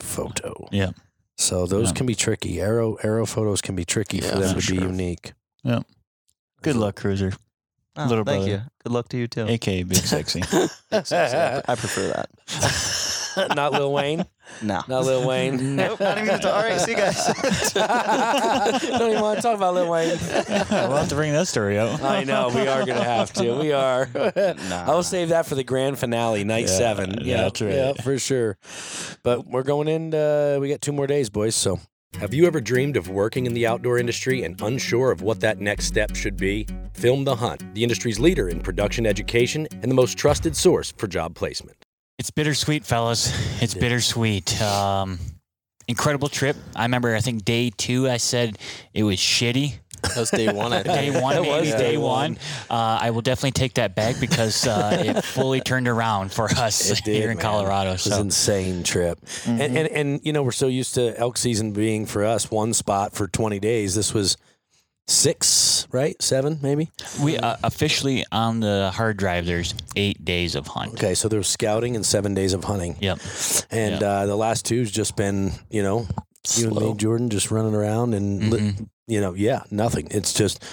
photo. Yeah. So those Yeah. can be tricky. Arrow arrow photos can be tricky Yeah, for them to for sure. be unique. Good luck, Cruiser. Oh, Little thank brother. you. Good luck to you too. AKA Big Sexy. I prefer that. Not Lil Wayne. No. Not Lil Wayne. Nope, not even gonna talk. All right, see you guys. Don't even want to talk about Lil Wayne. we'll have to bring that story out. I know we are gonna have to. We are. I'll save that for the grand finale, Yeah, night seven. yeah, that's right. Yeah, for sure. But we're going in. Uh, we got two more days, boys. So. Have you ever dreamed of working in the outdoor industry and unsure of what that next step should be? Film the Hunt, the industry's leader in production education and the most trusted source for job placement. It's bittersweet, fellas. It's bittersweet. Um, incredible trip. I remember. I think day two, I said it was shitty. that was day one. I Day think. one, That maybe was day, day one. Uh, I will definitely take that back because uh, it fully turned around for us It did, here in man. Colorado. It was an So insane trip. And, and and you know, we're so used to elk season being for us one spot for 20 days. This was six, right? Seven, maybe? we uh, officially on the hard drive. There's eight days of hunt. Okay, so there was scouting and seven days of hunting. Yep. And Yeah. uh, the last two's just been, you know, you and me, Slow. Jordan, just running around and, li- Mm-hmm. you know, yeah, nothing. It's just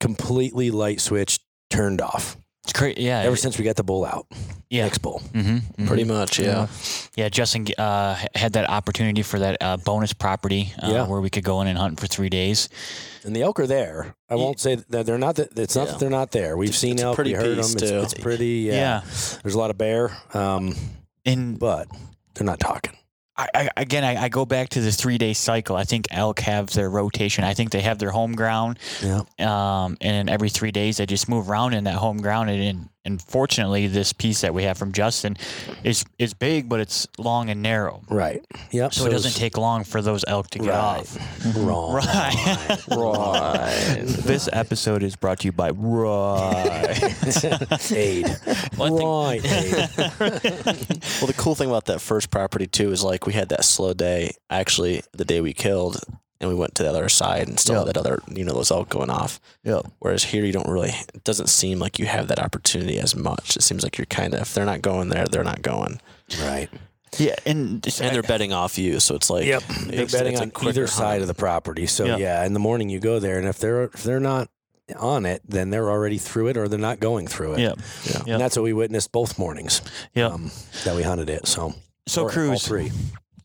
completely light switch turned off It's crazy. Yeah. ever since we got the bull out, yeah. next bull. hmm Pretty much, yeah. Yeah, Justin uh, had that opportunity for that uh, bonus property uh, Yeah. where we could go in and hunt for three days. And the elk are there. I won't say that they're not, that it's not that Yeah. they're not there. We've seen it's a elk, pretty we heard them. piece, It's, too. it's pretty, yeah. There's a lot of bear, um, And but they're not talking. I, I, again, I, I go back to the three day cycle. I think elk have their rotation. I think they have their home ground. Yeah. Um, and every three days, they just move around in that home ground. And, and, and fortunately, this piece that we have from Justin is, is big, but it's long and narrow. Right. Yep. So it doesn't it's- take long for those elk to get Right. off. Wrong. Right. Right. this episode is brought to you by Right. Aid. One thing- right. Aid. Well, the cool thing about that first property too is like we had that slow day. Actually, the day we killed, and we went to the other side and still had that other, you know, those elk going off. Yeah. Whereas here, you don't really. It doesn't seem like you have that opportunity as much. It seems like you're kind of if they're not going there, they're not going, Right. Yeah, and, and they're betting off you. So it's like it's- They're it's betting a on quicker either hunt. side of the property. So Yeah. yeah. in the morning you go there, and if they're if they're not on it, then they're already through it, or they're not going through it. yeah, yeah. And that's what we witnessed both mornings yeah. um, that we hunted it. So so or all Cruz, three.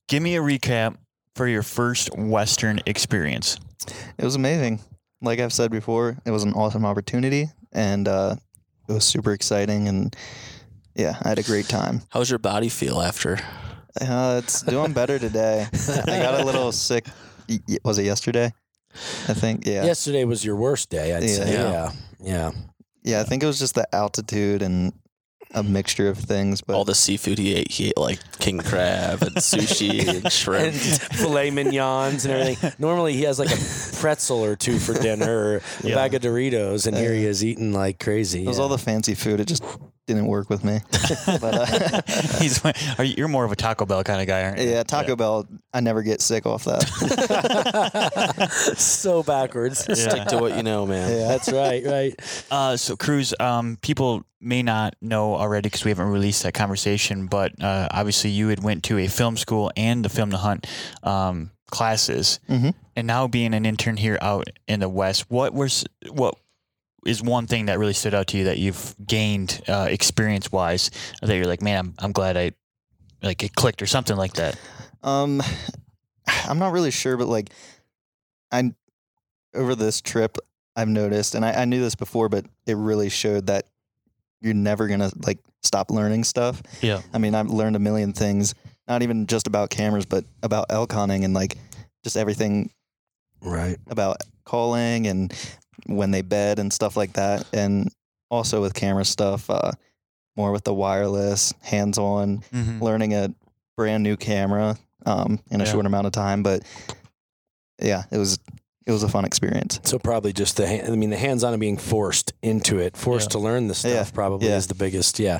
give me a recap for your first Western experience. It was amazing. Like I've said before, it was an awesome opportunity, and uh, it was super exciting. And yeah, I had a great time. How's your body feel after? Uh, it's doing better today. I got a little sick. y- y- Was it yesterday? I think. Yeah. Yesterday was your worst day, I'd Yeah. say. Yeah. Yeah. Yeah. Yeah. I think it was just the altitude and a mixture of things. But All the seafood he ate, he ate like king crab and sushi and shrimp. And filet mignons and everything. Normally he has like a pretzel or two for dinner, or a Yeah. bag of Doritos, and here he is eating like crazy. it was all the fancy food. It just didn't work with me. but uh, He's, are you, you're more of a Taco Bell kind of guy, aren't you? yeah, Taco Bell. I never get sick off that. so backwards. Stick to what you know, man. Yeah. That's right, right. Uh, so Cruz, um, people may not know already because we haven't released that conversation, but uh, obviously you had went to a film school and the Film to Hunt um, classes, Mhm. and now being an intern here out in the West, what was what is one thing that really stood out to you that you've gained uh, experience wise that you're like, man, I'm, I'm glad I like it clicked or something like that. Um, I'm not really sure, but like, I over this trip, I've noticed, and I, I knew this before, but it really showed that you're never gonna like stop learning stuff. Yeah. I mean, I've learned a million things, not even just about cameras, but about elk hunting and like just everything Right. about calling and when they bed and stuff like that. And also with camera stuff, uh, more with the wireless, hands on, Mm-hmm. learning a brand new camera um, in a Yeah. short amount of time. But yeah, it was it was a fun experience. So probably just the hand, I mean the hands on and being forced into it, forced Yeah. to learn the stuff Yeah. probably Yeah. is the biggest, yeah.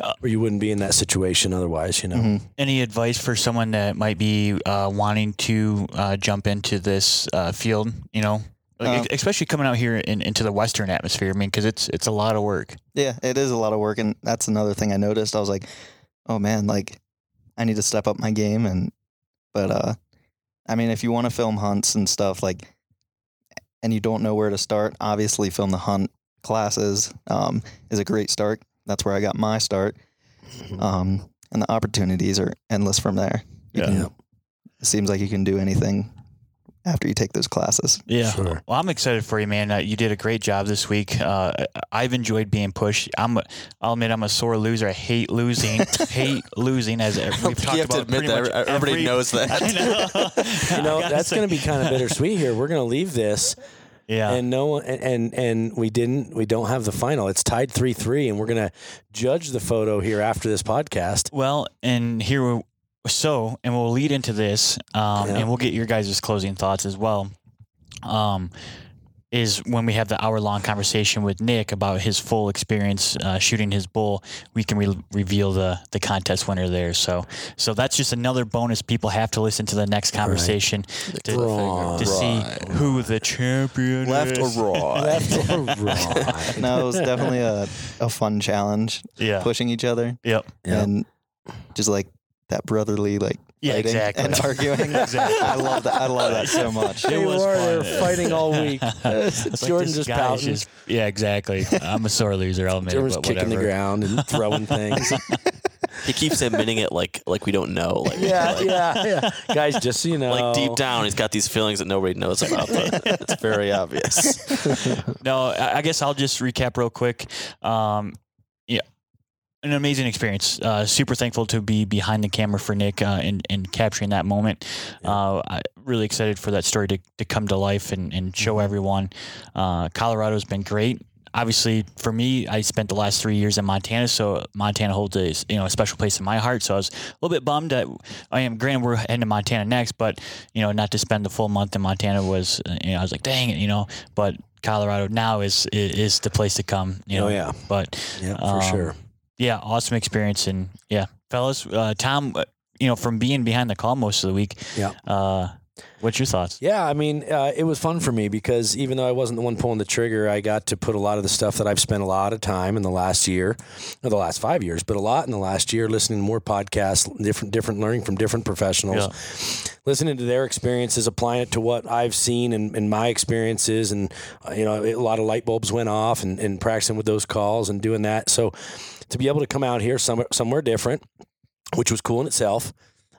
Uh, or you wouldn't be in that situation otherwise, you know. Mhm. Any advice for someone that might be uh, wanting to uh, jump into this uh, field? You know, Uh-huh. like, Um, ex- especially coming out here in, into the Western atmosphere. I mean, because it's it's a lot of work. Yeah, it is a lot of work, and that's another thing I noticed. I was like, oh man, like I need to step up my game, and but uh, I mean, if you want to film hunts and stuff like, and you don't know where to start, obviously, film the hunt classes um, is a great start. That's where I got my start, Mm-hmm. um, and the opportunities are endless from there. You Yeah. can- Yeah. it seems like you can do anything after you take those classes. Yeah. Sure. Well, I'm excited for you, man. Uh, you did a great job this week. Uh, I- I've enjoyed being pushed. I'm, a, I'll admit, I'm a sore loser. I hate losing. hate losing, as we've talked you have about. to admit pretty that much Every- everybody every- knows that. I know. You know, that's going to be kind of bittersweet here. We're going to leave this Yeah. and no one and, and and we didn't we don't have the final. It's tied 3-3 and we're going to judge the photo here after this podcast. Well, and here we so, and we'll lead into this, um, Yeah. and we'll get your guys' closing thoughts as well. Um, is when we have the hour long conversation with Nick about his full experience uh, shooting his bull, we can re- reveal the the contest winner there. So, so that's just another bonus. People have to listen to the next conversation to, Right. to see who the champion left or is. right. Left or right. No, it was definitely a, a fun challenge, Yeah. pushing each other. Yep. Yeah. and just like that brotherly like Yeah. fighting Exactly. and arguing. Exactly. I love that. I love that so much. It Here you was are, fun. they're fighting all week. It's like Jordan this just guy is pouting. just- yeah, exactly. I'm a sore loser. I'll admit it, Jordan's but kicking whatever. the ground and throwing things. He keeps admitting it like like we don't know. Like, yeah, like, yeah, yeah. Guys, just so you know. like deep down, he's got these feelings that nobody knows about. But it's very obvious. No, I I guess I'll just recap real quick. Um, yeah, an amazing experience. Uh, super thankful to be behind the camera for Nick uh, and and capturing that moment. Uh, I, really excited for that story to, to come to life and, and show everyone. Uh, Colorado's been great. Obviously, for me, I spent the last three years in Montana, so Montana holds a you know a special place in my heart. So I was a little bit bummed that I am. Granted, we're heading to Montana next, but you know, not to spend the full month in Montana was uh, you know I was like, dang it, you know. But Colorado now is is, is the place to come. You know, Oh yeah, But yeah, for Um, sure. yeah, awesome experience. And yeah, fellas, uh, Tom, uh, you know, from being behind the call most of the week, Yeah. uh, what's your thoughts? Yeah, I mean, uh, it was fun for me because even though I wasn't the one pulling the trigger, I got to put a lot of the stuff that I've spent a lot of time in the last year, or the last five years, but a lot in the last year, listening to more podcasts, different, different learning from different professionals, listening to their experiences, applying it to what I've seen and, and my experiences, and uh, you know, a lot of light bulbs went off, and, and practicing with those calls and doing that. So, to be able to come out here somewhere somewhere different, which was cool in itself.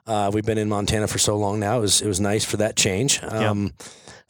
Uh, we've been in Montana for so long now. It was it was nice for that change. Um,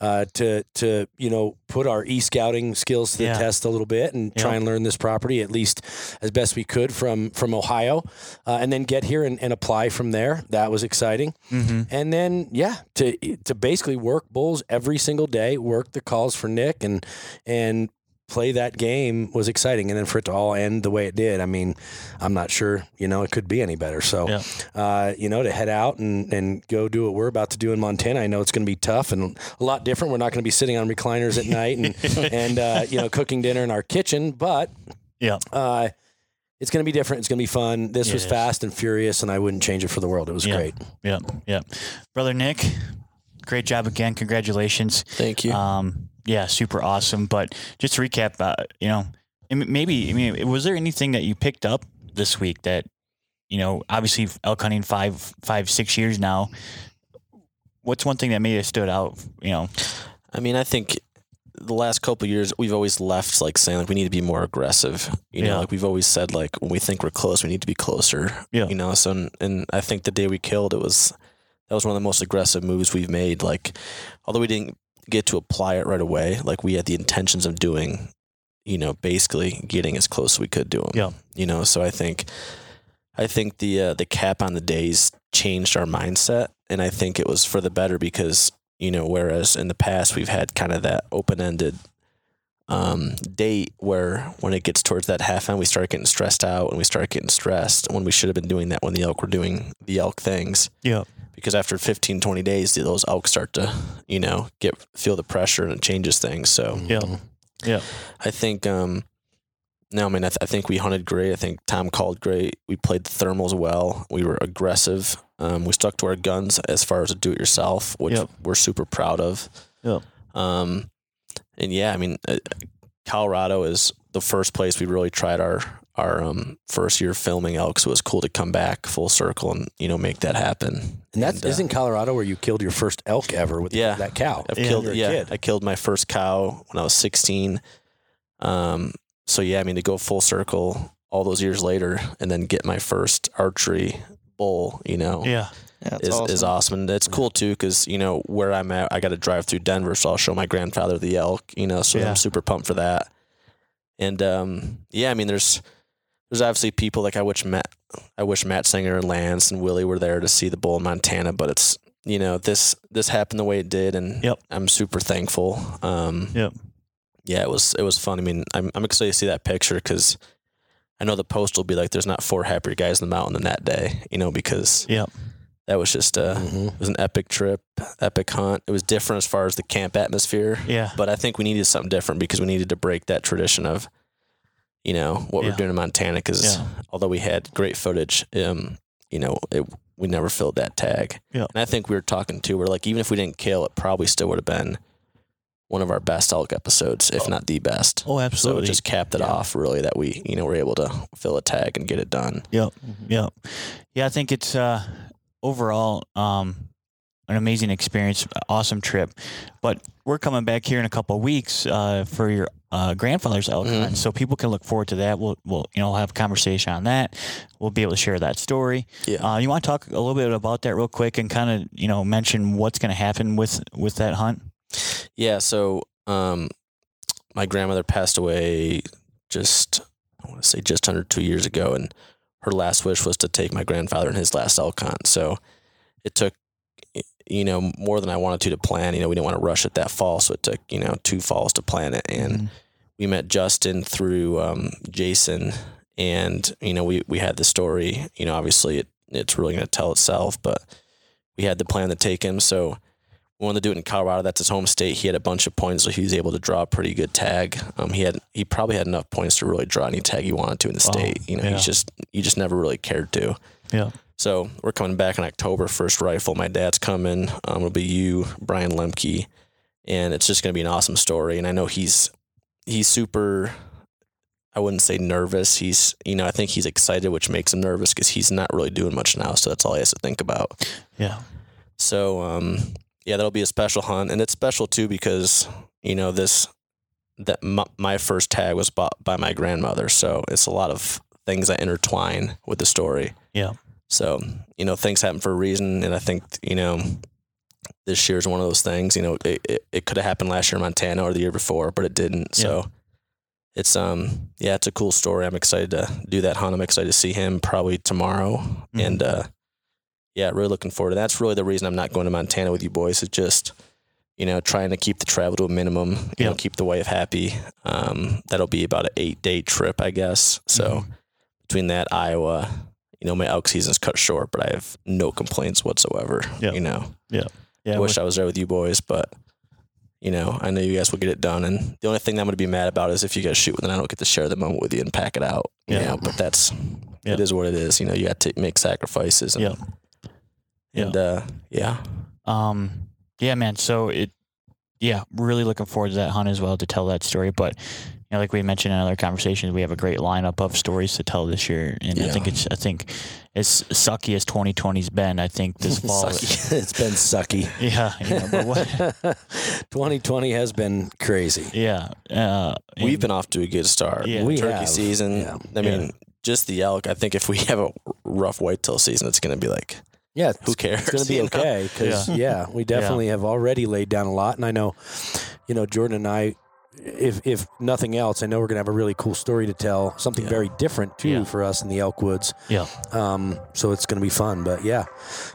uh, to to you know put our e scouting skills to the Yeah. test a little bit and try Yeah. and learn this property at least as best we could from from Ohio, uh, and then get here and, and apply from there. That was exciting. Mm-hmm. And then yeah, to to basically work bulls every single day, work the calls for Nick and and play that game was exciting. And then for it to all end the way it did, I mean, I'm not sure, you know, it could be any better. So Yeah. uh, you know, to head out and, and go do what we're about to do in Montana. I know it's going to be tough and a lot different. We're not going to be sitting on recliners at night and, and uh, you know, cooking dinner in our kitchen, but Yeah. uh, it's going to be different. It's going to be fun. This It was is. fast and furious, and I wouldn't change it for the world. It was Yeah. great. Yep. Yep. Brother Nick, great job again. Congratulations. Thank you. Um, yeah, super awesome. But just to recap, uh, you know, and m- maybe I mean, was there anything that you picked up this week that, you know, obviously elk hunting five, five, six years now. What's one thing that maybe stood out? You know, I mean, I think the last couple of years we've always left like saying like we need to be more aggressive. You Yeah. know, like we've always said like when we think we're close, we need to be closer. Yeah. You know, so and, and I think the day we killed it was that was one of the most aggressive moves we've made. Like although we didn't get to apply it right away. Like we had the intentions of doing, you know, basically getting as close as we could do them. Yeah. You know, so I think, I think the uh, the cap on the days changed our mindset, and I think it was for the better because you know, whereas in the past we've had kind of that open ended um, date where when it gets towards that half end we start getting stressed out and we start getting stressed when we should have been doing that when the elk were doing the elk things Yeah. because after 15 20 days those elk start to you know get feel the pressure and it changes things so Yeah. Mm-hmm. Yeah. i think um no i mean i, th- I think we hunted great i think tom called great we played the thermals well we were aggressive um, we stuck to our guns as far as do it yourself which Yep. we're super proud of Yep. um and yeah i mean uh, colorado is the first place we really tried our our um, first year filming elk, so it was cool to come back full circle and you know make that happen. And that's uh, isn't Colorado where you killed your first elk ever with Yeah. that cow. I've when you killed were a yeah, kid. I killed my first cow when I was 16. Um, so yeah, I mean to go full circle all those years later and then get my first archery bull, you know, Yeah. Yeah, it's is, awesome. is awesome. And it's cool too because you know where I'm at, I got to drive through Denver, so I'll show my grandfather the elk, you know. So Yeah. I'm super pumped for that. And um, yeah, I mean, there's there's obviously people like I wish Matt, I wish Matt Singer and Lance and Willie were there to see the bull in Montana, but it's you know this this happened the way it did, and Yep. I'm super thankful. Um, Yep. Yeah, it was it was fun. I mean, I'm I'm excited to see that picture because. I know the post will be like, "There's not four happier guys in the mountain than that day," you know, because Yep. that was just uh, Mm-hmm. Mhm. it was an epic trip, epic hunt. It was different as far as the camp atmosphere, Yeah. but I think we needed something different because we needed to break that tradition of, you know, what Yeah. we're doing in Montana. Because Yeah. although we had great footage, um, you know, it, we never filled that tag. Yeah. And I think we were talking too. We're like, even if we didn't kill, it probably still would have been one of our best elk episodes, if not the best. Oh, So absolutely. it just capped it Yeah. off, really, that we you know were able to fill a tag and get it done. Mm-hmm. Yeah. Yeah, I think it's uh, overall um, an amazing experience, awesome trip. But we're coming back here in a couple of weeks uh, for your uh, grandfather's elk Mhm. hunt, so people can look forward to that. We'll, we'll you know have a conversation on that. We'll be able to share that story. Yeah. Uh, you want to talk a little bit about that real quick and kind of you know mention what's going to happen with with that hunt? Yeah, so um, my grandmother passed away just I want to say just under two years ago, and her last wish was to take my grandfather and his last elk hunt. So it took y- you know more than I wanted to to plan. You know, we didn't want to rush it that fall, so it took you know two falls to plan it, and we met Justin through um, Jason, and you know we we had the story. You know, obviously it it's really going to tell itself, but we had the plan to take him. So we wanted to do it in Colorado. That's his home state. He had a bunch of points, so he was able to draw a pretty good tag. Um, he had he probably had enough points to really draw any tag he wanted to in the Wow. state. You know, Yeah. he's just you just never really cared to. Yeah. So we're coming back in October, first rifle. My dad's coming. Um, it'll be you, Brian Lemke, and it's just going to be an awesome story. And I know he's he's super. I wouldn't say nervous. He's you know I think he's excited, which makes him nervous because he's not really doing much now. So that's all he has to think about. Yeah. So um, yeah, that'll be a special hunt, and it's special too because you know this that my, my first tag was bought by my grandmother, so it's a lot of things that intertwine with the story. Yeah. So you know things happen for a reason, and I think you know this year is one of those things. You know it it, it could have happened last year in Montana or the year before, but it didn't. So. It's um yeah, it's a cool story. I'm excited to do that hunt. I'm excited to see him probably tomorrow, Mhm. and uh, yeah, really looking forward to that. That's really the reason I'm not going to Montana with you boys. It's just, you know, trying to keep the travel to a minimum, you know, Yeah. keep the wife happy. Um, that'll be about an eight day trip, I guess. Mm-hmm. So between that, Iowa, you know, my elk season's cut short, but I have no complaints whatsoever. Yeah. You know, Yeah. I wish I was there with you boys, but you know, I know you guys will get it done. And the only thing that I'm going to be mad about is if you guys shoot, then I don't get to share the moment with you and pack it out. You Yeah. know, but that's, Yeah. it is what it is. You know, you got to make sacrifices. And, Yeah. Yeah. And, uh, yeah. Um, yeah, man. So it, yeah, really looking forward to that hunt as well to tell that story. But you know, like we mentioned in other conversations, we have a great lineup of stories to tell this year, and I Yeah. think it's, I think, as sucky as 2020's been, I think this fall, Sucky. it's been sucky. yeah, you know, but what, 2020 has been crazy. yeah, uh, and- We've been off to a good start. Yeah. We turkey have. season. Yeah. I mean, just the elk. I think if we have a rough whitetail season, it's going to be like Yeah, Who cares? It's going to be you know? okay because yeah. we definitely have already laid down a lot, and I know, you know, Jordan and I, if if nothing else, I know we're going to have a really cool story to tell, something Yeah. very different too Yeah. for us in the Elk Woods. Yeah. Um, so it's going to be fun, but yeah,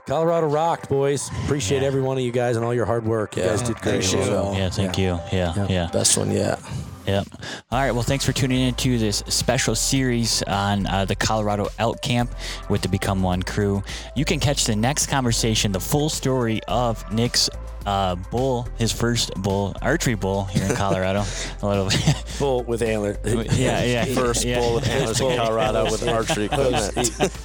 Colorado rocked, boys. Appreciate every one of you guys and all your hard work. You Yeah. guys did great. Appreciate it all. Yeah, thank you. Yeah, yeah, Yeah. Best one yet. Yep. All right. Well, thanks for tuning into this special series on uh, the Colorado Elk Camp with the Become One crew. You can catch the next conversation, the full story of Nick's uh, bull, his first bull, archery bull here in Colorado. a little bit. Bull with antler. Yeah, yeah. First yeah. bull in antlers in Colorado with archery equipment.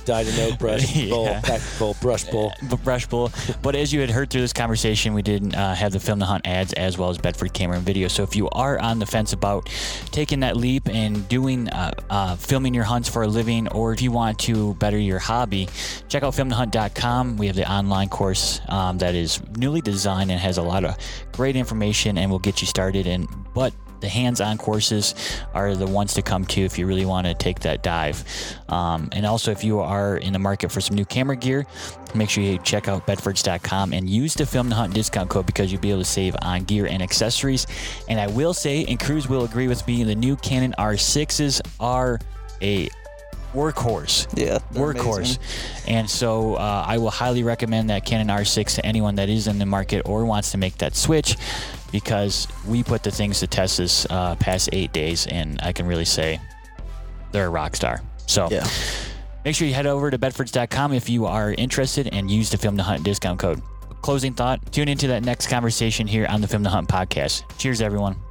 Died an oak brush Yeah. bull, pack bull, brush bull. B- brush bull. But as you had heard through this conversation, we did uh, have the film the hunt ads as well as Bedford camera and video. So if you are on the fence about taking that leap and doing uh, uh, filming your hunts for a living, or if you want to better your hobby, check out filmthehunt.com. We have the online course um, that is newly designed and has a lot of great information and will get you started. And but the hands-on courses are the ones to come to if you really want to take that dive um, and also if you are in the market for some new camera gear make sure you check out bedfords.com and use the film the hunt discount code because you'll be able to save on gear and accessories and i will say and crews will agree with me the new canon r6s are a workhorse Yeah. workhorse. And so uh, I will highly recommend that Canon R6 to anyone that is in the market or wants to make that switch because we put the things to test this uh, past eight days, and I can really say they're a rock star. So Yeah. make sure you head over to bedfords.com if you are interested and use the Film to Hunt discount code. Closing thought tune into that next conversation here on the Film to Hunt podcast. Cheers, everyone.